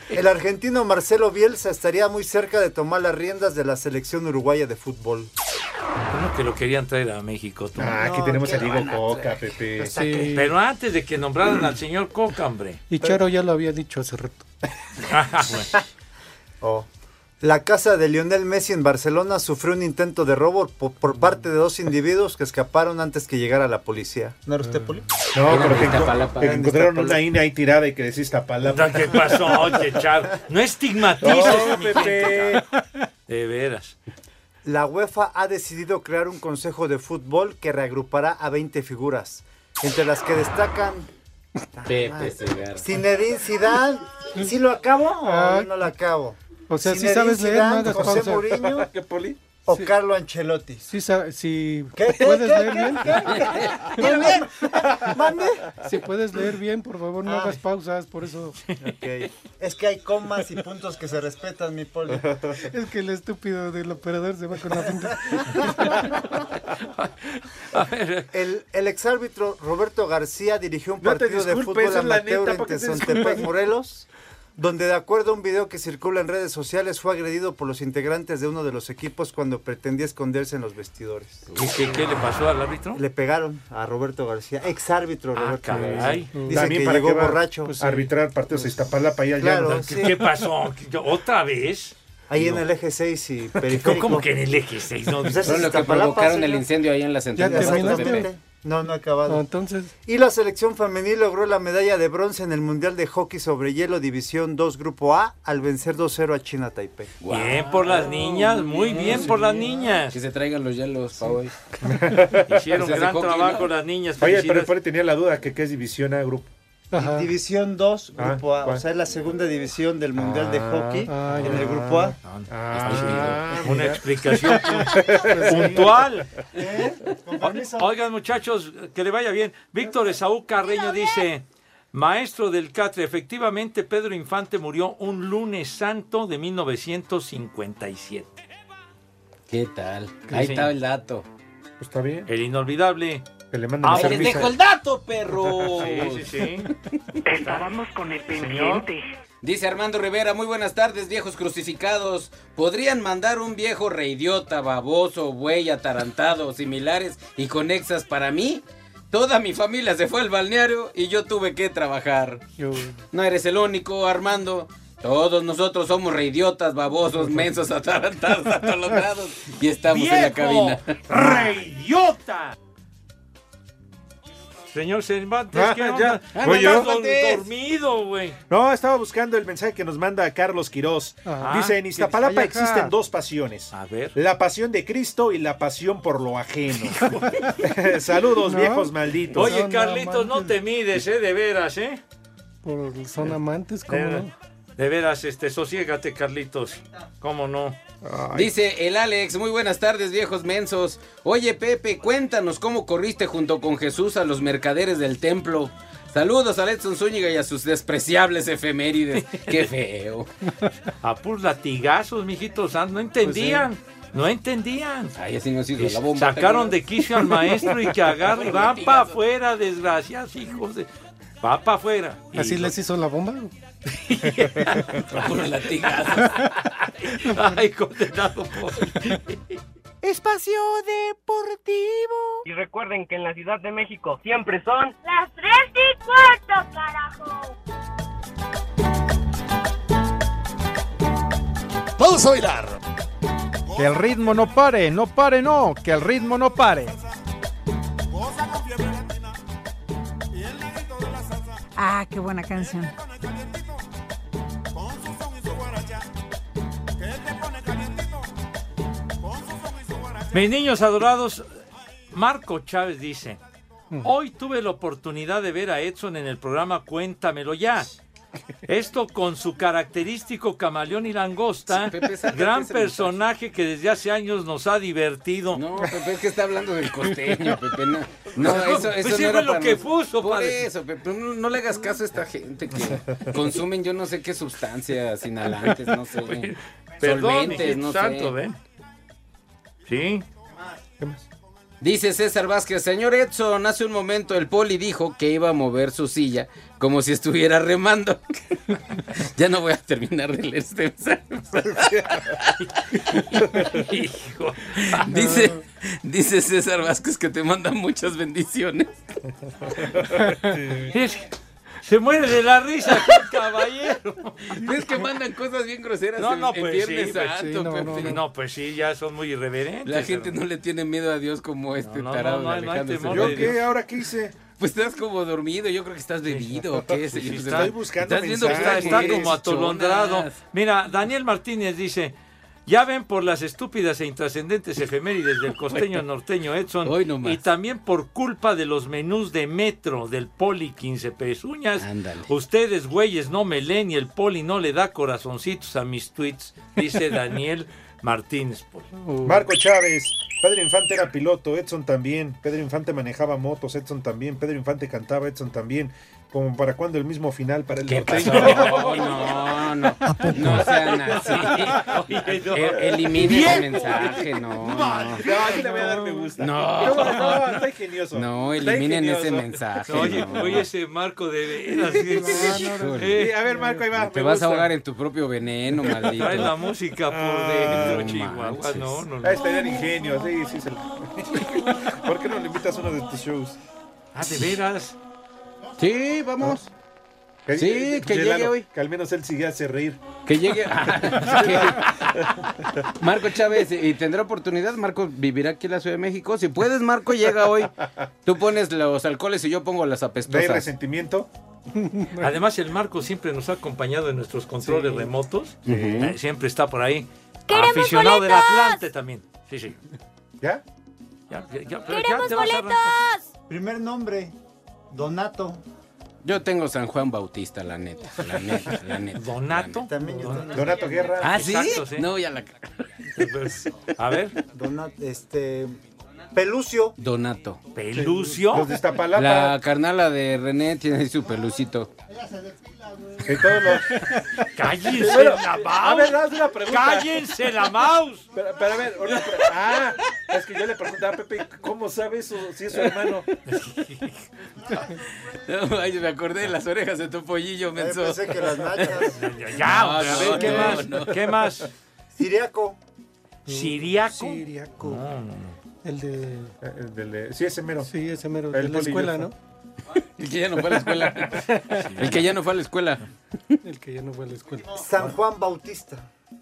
[SPEAKER 7] El argentino Marcelo Bielsa estaría muy cerca de tomar las riendas de la selección uruguaya de fútbol.
[SPEAKER 12] Bueno, que lo querían traer a México. tú.
[SPEAKER 7] Ah, aquí No, tenemos ¿qué a Diego van a Coca, traer?
[SPEAKER 8] Pepe.
[SPEAKER 14] Sí.
[SPEAKER 12] Pero antes de que nombraran al señor Coca, hombre.
[SPEAKER 14] Y Charo ya lo había dicho hace rato.
[SPEAKER 7] Oh. La casa de Lionel Messi en Barcelona sufrió un intento de robo po- por, parte de dos individuos que escaparon antes que llegara la policía. ¿No era usted, Poli?
[SPEAKER 8] No, pero que, enco- que encontraron una INE ahí tirada y que decís Iztapalapa.
[SPEAKER 12] ¿Qué pasó, oye, Charo? No estigmatices,
[SPEAKER 7] No,
[SPEAKER 12] mi
[SPEAKER 7] Pepe.
[SPEAKER 12] gente. De veras.
[SPEAKER 7] La UEFA ha decidido crear un consejo de fútbol que reagrupará a 20 figuras, entre las que destacan
[SPEAKER 3] Pepe Segarra.
[SPEAKER 7] Zinedine Zidane. ¿Sí lo acabo o no lo acabo?
[SPEAKER 14] Ah. O sea, si
[SPEAKER 7] Zinedine
[SPEAKER 14] sabes leer,
[SPEAKER 7] Zidane,
[SPEAKER 14] no hagas
[SPEAKER 7] José
[SPEAKER 14] pausa.
[SPEAKER 7] Mourinho o Carlo Ancelotti.
[SPEAKER 14] Sí, sa- si
[SPEAKER 7] ¿Qué, qué,
[SPEAKER 14] puedes
[SPEAKER 7] qué,
[SPEAKER 14] leer
[SPEAKER 7] qué,
[SPEAKER 14] bien.
[SPEAKER 7] qué? Muy bien. Mande.
[SPEAKER 14] Si puedes leer bien, por favor, no
[SPEAKER 7] Ay.
[SPEAKER 14] hagas pausas, por eso.
[SPEAKER 7] Ok. Es que hay comas y puntos que se respetan, mi poli.
[SPEAKER 14] Es que el estúpido del operador se va con la pinta.
[SPEAKER 7] El, el exárbitro Roberto García dirigió un
[SPEAKER 8] No te
[SPEAKER 7] partido de
[SPEAKER 8] disculpes,
[SPEAKER 7] fútbol
[SPEAKER 8] es la
[SPEAKER 7] amateur
[SPEAKER 8] neta, ¿para qué
[SPEAKER 7] en
[SPEAKER 8] te disculpas?
[SPEAKER 7] Tezontepec, Morelos, donde de acuerdo a un video que circula en redes sociales fue agredido por los integrantes de uno de los equipos cuando pretendía esconderse en los vestidores.
[SPEAKER 12] ¿Qué, qué- qué le pasó al árbitro?
[SPEAKER 7] Le pegaron a Roberto García, exárbitro
[SPEAKER 12] Ah,
[SPEAKER 7] Roberto
[SPEAKER 12] caray.
[SPEAKER 7] García.
[SPEAKER 12] Mm.
[SPEAKER 7] Dice
[SPEAKER 8] También
[SPEAKER 7] que
[SPEAKER 8] para
[SPEAKER 7] llegó
[SPEAKER 8] que va
[SPEAKER 7] borracho.
[SPEAKER 8] pues, a arbitrar partidos de Iztapalapa y allá.
[SPEAKER 7] Claro,
[SPEAKER 8] ¿no?
[SPEAKER 7] sí.
[SPEAKER 12] ¿Qué, qué pasó? ¿Qué- ¿Otra vez?
[SPEAKER 7] Ahí
[SPEAKER 12] No.
[SPEAKER 7] en el eje 6 y periférico.
[SPEAKER 12] ¿Cómo que en el eje 6? No,
[SPEAKER 7] Pues
[SPEAKER 12] dices,
[SPEAKER 7] ese
[SPEAKER 12] Pero
[SPEAKER 7] es
[SPEAKER 12] lo que
[SPEAKER 7] Iztapalapa,
[SPEAKER 12] provocaron
[SPEAKER 7] señor.
[SPEAKER 12] el incendio ahí en las entradas. ¿Ya terminaste?
[SPEAKER 7] Exactamente. No, no he acabado.
[SPEAKER 14] Ah, entonces.
[SPEAKER 7] Y la selección femenil logró la medalla de bronce en el Mundial de Hockey sobre Hielo División 2 Grupo A al vencer 2-0 a China Taipei.
[SPEAKER 12] Bien por las niñas, muy bien por las niñas.
[SPEAKER 3] Que se traigan los hielos pa' hoy.
[SPEAKER 12] Hicieron gran trabajo las niñas.
[SPEAKER 8] Oye, pero
[SPEAKER 7] felicidades.
[SPEAKER 8] el Poli tenía la duda que qué es división A grupo.
[SPEAKER 7] División 2
[SPEAKER 8] Ah,
[SPEAKER 7] Grupo A,
[SPEAKER 8] ¿cuál?
[SPEAKER 7] o sea, es la segunda división del Mundial de Hockey
[SPEAKER 8] ah,
[SPEAKER 7] en
[SPEAKER 8] ya.
[SPEAKER 7] el Grupo A.
[SPEAKER 8] Ah,
[SPEAKER 7] Una
[SPEAKER 12] explicación puntual. Oigan, muchachos, que le vaya bien. Víctor Esaú Carreño dice: Maestro del Catre, efectivamente Pedro Infante murió un lunes santo de 1957.
[SPEAKER 3] ¿Qué tal?
[SPEAKER 12] Sí,
[SPEAKER 3] Ahí
[SPEAKER 12] señor.
[SPEAKER 3] está el dato.
[SPEAKER 8] está bien.
[SPEAKER 12] El inolvidable.
[SPEAKER 8] Que le
[SPEAKER 3] Ahí les Ah, pues, dejo el dato, perro.
[SPEAKER 12] Sí, sí, sí.
[SPEAKER 3] Estábamos con el pendiente. Dice Armando Rivera, muy buenas tardes, viejos crucificados. ¿Podrían mandar un viejo reidiota, baboso, buey, atarantado, similares y conexas para mí? Toda mi familia se fue al balneario y yo tuve que trabajar. No eres el único, Armando. Todos nosotros somos reidiotas, babosos, mensos, atarantados, atolondrados. Y estamos en la
[SPEAKER 12] ¡Viejo
[SPEAKER 3] cabina.
[SPEAKER 12] ¡Reidiota! Señor Cervantes,
[SPEAKER 8] Ah,
[SPEAKER 12] ¿qué
[SPEAKER 8] ya.
[SPEAKER 12] onda?
[SPEAKER 8] Ah,
[SPEAKER 12] ¿Cómo
[SPEAKER 8] voy yo.
[SPEAKER 12] estás dor-
[SPEAKER 8] Cervantes.
[SPEAKER 12] dormido, güey.
[SPEAKER 8] No, estaba buscando el mensaje que nos manda Carlos Quirós.
[SPEAKER 12] Ajá.
[SPEAKER 8] Dice, en
[SPEAKER 12] Que
[SPEAKER 8] Iztapalapa
[SPEAKER 12] vaya acá.
[SPEAKER 8] existen dos pasiones. La pasión de Cristo y la pasión por lo ajeno. Saludos,
[SPEAKER 14] No.
[SPEAKER 8] viejos malditos.
[SPEAKER 12] Oye, Carlitos, no te mides, ¿eh? De veras, ¿eh?
[SPEAKER 14] Por, son amantes, ¿cómo
[SPEAKER 12] Eh,
[SPEAKER 14] no?
[SPEAKER 12] De veras, este, sosiégate, Carlitos. ¿Cómo no?
[SPEAKER 3] Dice el Alex, muy buenas tardes viejos mensos. Oye Pepe, cuéntanos cómo corriste junto con Jesús a los mercaderes del templo. Saludos a Letson Zúñiga y a sus despreciables efemérides. Qué feo.
[SPEAKER 12] A puros latigazos, mijitos, ah, no entendían. No entendían.
[SPEAKER 3] Ay, así nos hizo
[SPEAKER 12] Y
[SPEAKER 3] la bomba.
[SPEAKER 12] Sacaron de quicio al maestro y que agarra y va para afuera, desgraciados hijos de... Va para afuera. Y
[SPEAKER 14] ¿Así
[SPEAKER 12] lo-
[SPEAKER 14] les hizo la bomba?
[SPEAKER 3] Puros latigazos.
[SPEAKER 12] Ay, condenado por...
[SPEAKER 5] Espacio Deportivo.
[SPEAKER 9] Y recuerden que en la Ciudad de México siempre son...
[SPEAKER 5] Las tres y cuarto, carajo.
[SPEAKER 10] Vamos a bailar. Que el ritmo no pare, no pare, no, que el ritmo no pare.
[SPEAKER 11] Ah, qué buena canción.
[SPEAKER 12] Mis niños adorados, Marco Chávez dice, hoy tuve la oportunidad de ver a Edson en el programa Cuéntamelo ya. Esto con su característico camaleón y langosta,
[SPEAKER 3] Pepe, sácate
[SPEAKER 12] gran
[SPEAKER 3] ese
[SPEAKER 12] personaje que desde hace años nos ha divertido.
[SPEAKER 3] No, Pepe, es que está hablando del costeño, Pepe. No, no, eso, eso
[SPEAKER 12] Pues sí
[SPEAKER 3] no
[SPEAKER 12] fue
[SPEAKER 3] era
[SPEAKER 12] lo
[SPEAKER 3] para
[SPEAKER 12] que
[SPEAKER 3] nos-
[SPEAKER 12] puso,
[SPEAKER 3] Por
[SPEAKER 12] padre.
[SPEAKER 3] eso, Pepe, no, no le hagas caso a esta gente que consumen yo no sé qué sustancias inhalantes, no sé.
[SPEAKER 12] Pues, Perdón,
[SPEAKER 3] solventes, no
[SPEAKER 12] hijito
[SPEAKER 3] sé.
[SPEAKER 12] santo, ¿ven? Sí.
[SPEAKER 3] Dice César Vázquez,
[SPEAKER 12] eh,
[SPEAKER 3] señor Edson, hace un momento el poli dijo que iba a mover su silla como si estuviera remando. ya no voy a terminar de leer este mensaje. Hijo. Dice, dice César Vázquez que te manda muchas bendiciones.
[SPEAKER 12] Es- se muere de la risa, qué caballero.
[SPEAKER 3] Es que mandan cosas bien groseras
[SPEAKER 12] No,
[SPEAKER 3] en-
[SPEAKER 12] no,
[SPEAKER 3] en
[SPEAKER 12] pues sí,
[SPEAKER 3] Viernes
[SPEAKER 12] pues sí,
[SPEAKER 3] Santo,
[SPEAKER 12] no, no,
[SPEAKER 3] Pepe.
[SPEAKER 12] no. No, pues sí, ya son muy irreverentes.
[SPEAKER 3] La gente no le tiene miedo a Dios como este tarado
[SPEAKER 12] no, no
[SPEAKER 3] de
[SPEAKER 12] hay- no hay
[SPEAKER 3] Alejandro
[SPEAKER 12] temor
[SPEAKER 3] Cervantes.
[SPEAKER 12] de Dios. ¿Yo qué?
[SPEAKER 8] ¿Ahora qué hice?
[SPEAKER 3] Pues estás como dormido, yo creo que estás bebido. ¿o ¿Qué
[SPEAKER 12] Sí, sí,
[SPEAKER 3] señor
[SPEAKER 12] está-
[SPEAKER 3] Cervantes?
[SPEAKER 12] está,
[SPEAKER 3] viendo
[SPEAKER 14] Ah,
[SPEAKER 12] está, está
[SPEAKER 3] mujeres
[SPEAKER 12] como atolondrado.
[SPEAKER 3] chonas.
[SPEAKER 12] Mira, Daniel Martínez dice, ya ven por las estúpidas e intrascendentes efemérides del costeño norteño Edson y también por culpa de los menús de Metro del Poli 15 pezuñas. Ustedes güeyes no me leen y el Poli no le da corazoncitos a mis tweets, dice Daniel Martínez. Pues,
[SPEAKER 8] Marco Chávez. Pedro Infante era piloto, Edson también. Pedro Infante manejaba motos, Edson también. Pedro Infante cantaba, Edson también. Como para cuando el mismo final para el norteño.
[SPEAKER 3] No, no, no. No sean así.
[SPEAKER 12] Eh,
[SPEAKER 3] E- Elimine
[SPEAKER 8] Viejo.
[SPEAKER 3] el mensaje, no. no.
[SPEAKER 8] No, aquí le voy a dar me gusta.
[SPEAKER 3] No.
[SPEAKER 8] No, no, está ingenioso.
[SPEAKER 3] No,
[SPEAKER 8] Está
[SPEAKER 3] eliminen
[SPEAKER 8] ingenioso.
[SPEAKER 3] ese mensaje.
[SPEAKER 12] Oye,
[SPEAKER 3] no.
[SPEAKER 12] oye ese marco de veras. eh.
[SPEAKER 3] no, no.
[SPEAKER 12] Eh,
[SPEAKER 8] Sí, a ver, Marco, ahí va.
[SPEAKER 3] Te
[SPEAKER 8] me
[SPEAKER 3] vas
[SPEAKER 8] gusta.
[SPEAKER 3] a ahogar en tu propio veneno, maldito. Ah,
[SPEAKER 12] Trae la música por dentro, Chihuahua.
[SPEAKER 3] manches.
[SPEAKER 12] No, no, no.
[SPEAKER 8] Ah, estaría de ingenio, sí, sí. se lo- ¿Por qué no le invitas a uno de tus shows?
[SPEAKER 12] Ah, de veras.
[SPEAKER 3] Sí, vamos.
[SPEAKER 8] Que-
[SPEAKER 3] Sí,
[SPEAKER 8] eh,
[SPEAKER 3] que llegue
[SPEAKER 8] Llévalo,
[SPEAKER 3] hoy.
[SPEAKER 8] Que al menos él sigue a hacer reír.
[SPEAKER 3] Que llegue. ah, Marco Chávez, ¿y tendrá oportunidad? Marco vivirá aquí en la Ciudad de México. Si puedes, Marco llega hoy. Tú pones los alcoholes y yo pongo las
[SPEAKER 8] ¿No hay
[SPEAKER 3] apestosas.
[SPEAKER 8] resentimiento?
[SPEAKER 12] Además, el Marco siempre nos ha acompañado en nuestros controles remotos.
[SPEAKER 3] Ujú.
[SPEAKER 12] Eh, Siempre está por ahí.
[SPEAKER 5] ¡Queremos
[SPEAKER 12] Aficionado del
[SPEAKER 5] boletos!
[SPEAKER 12] Atlante también. Sí, sí.
[SPEAKER 8] ¿Ya?
[SPEAKER 12] Ya, ya, ya, pero ya
[SPEAKER 5] ¡Queremos
[SPEAKER 12] te vas a arrancar.
[SPEAKER 5] boletos!
[SPEAKER 15] Primer nombre, Donato.
[SPEAKER 3] Yo tengo San Juan Bautista, la neta. La neta, la neta.
[SPEAKER 12] ¿Donato?
[SPEAKER 15] También yo tengo.
[SPEAKER 8] Donato Guerra.
[SPEAKER 3] ¿Ah, sí? No, ya la
[SPEAKER 12] A ver.
[SPEAKER 15] Donato, este. Pelucio.
[SPEAKER 3] Donato.
[SPEAKER 12] ¿Pelucio?
[SPEAKER 15] Los de Iztapalapa.
[SPEAKER 3] La carnala de René tiene ahí su pelucito.
[SPEAKER 8] Y todos los-
[SPEAKER 12] ¡Cállense
[SPEAKER 8] Bueno,
[SPEAKER 12] la mouse!
[SPEAKER 8] A ver, haz una pregunta.
[SPEAKER 12] ¡Cállense la mouse!
[SPEAKER 8] Pero, pero a ver, una pre- ah, es que yo le preguntaba a Pepe, ¿cómo sabe eso si es su hermano?
[SPEAKER 3] No, ay, me acordé de las orejas de tu
[SPEAKER 12] Eh,
[SPEAKER 3] pollillo, menso.
[SPEAKER 12] pues,
[SPEAKER 15] pensé que las nachas.
[SPEAKER 12] Ya, ya,
[SPEAKER 3] No,
[SPEAKER 12] hombre, a
[SPEAKER 3] no,
[SPEAKER 12] ver, ¿qué
[SPEAKER 3] no,
[SPEAKER 12] más?
[SPEAKER 3] no.
[SPEAKER 12] ¿Qué más?
[SPEAKER 15] Siriaco.
[SPEAKER 12] ¿Siriaco?
[SPEAKER 15] Siriaco.
[SPEAKER 14] El de.
[SPEAKER 8] Eh, El del de- sí, ese mero.
[SPEAKER 14] Sí, ese mero.
[SPEAKER 8] El
[SPEAKER 14] de la escuela, ¿no?
[SPEAKER 8] polilloso.
[SPEAKER 3] El que ya no fue a la escuela. El que ya no fue a la escuela.
[SPEAKER 14] El que ya no fue a la escuela.
[SPEAKER 7] San Juan Bautista.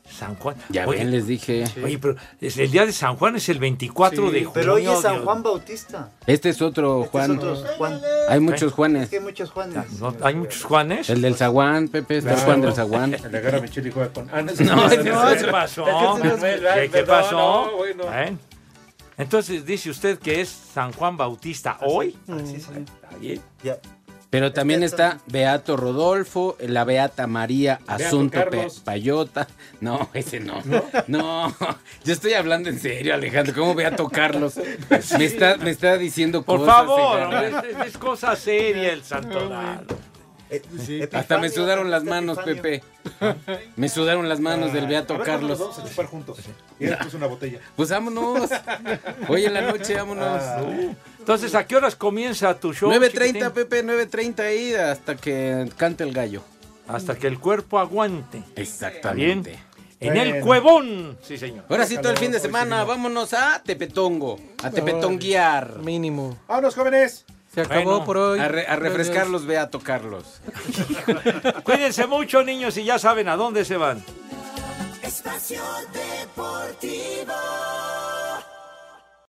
[SPEAKER 12] San Juan.
[SPEAKER 3] Ya ven, les dije.
[SPEAKER 12] Oye, pero es- el día de San Juan es el 24 de junio.
[SPEAKER 7] Pero hoy es San
[SPEAKER 12] Dios.
[SPEAKER 7] Juan Bautista.
[SPEAKER 3] Este es otro Juan.
[SPEAKER 7] Es otro Juan.
[SPEAKER 3] Hay muchos Juanes.
[SPEAKER 7] Es que hay muchos Juanes.
[SPEAKER 12] No, hay muchos Juanes.
[SPEAKER 3] El del zaguán, Pepe, está el Juan del zaguán.
[SPEAKER 8] El de agarra mi chile y juega con. Ah, no, ese
[SPEAKER 12] No,
[SPEAKER 8] es-
[SPEAKER 12] no, ¿qué pasó?
[SPEAKER 8] Es que ese no es-
[SPEAKER 12] ¿Qué, qué
[SPEAKER 8] Perdón,
[SPEAKER 12] pasó?
[SPEAKER 8] no, güey, no.
[SPEAKER 12] ¿Eh? Entonces dice usted que es San Juan Bautista hoy. Ahí.
[SPEAKER 3] Pero también está Beato Rodolfo, la Beata María
[SPEAKER 12] Beato
[SPEAKER 3] Asunto Pe-
[SPEAKER 12] Carlos.
[SPEAKER 3] Payota. No, ese no. no. yo estoy hablando en serio, Alejandro. ¿Cómo Beato Carlos? Me está, me está diciendo
[SPEAKER 12] Por
[SPEAKER 3] cosas.
[SPEAKER 12] favor,
[SPEAKER 3] Alejandro.
[SPEAKER 12] hombre, es, es- es cosa seria el santoral.
[SPEAKER 3] Hasta me sudaron las manos, Pepe. Me sudaron las manos del Beato
[SPEAKER 8] Ah, A ver cuándo nos
[SPEAKER 3] Carlos.
[SPEAKER 8] Vamos a chupar juntos. Y después una botella.
[SPEAKER 3] Pues vámonos. Hoy en la noche, vámonos.
[SPEAKER 8] Ah,
[SPEAKER 12] Entonces, ¿a qué horas comienza tu show?
[SPEAKER 3] 9.30, Pepe, 9.30 ahí hasta que cante el gallo.
[SPEAKER 12] Hasta que el cuerpo aguante.
[SPEAKER 3] Exactamente.
[SPEAKER 12] En el cuevón. Sí, señor.
[SPEAKER 3] Ahora sí, todo el fin de semana, vámonos a Tepetongo, a Tepetonguear.
[SPEAKER 14] Mínimo.
[SPEAKER 8] Vámonos, jóvenes.
[SPEAKER 14] Se acabó por hoy.
[SPEAKER 3] A, re- a refrescar
[SPEAKER 14] Gracias.
[SPEAKER 3] los Beato Carlos.
[SPEAKER 12] Cuídense mucho, niños, y ya saben a dónde se van.
[SPEAKER 5] Espacio Deportivo.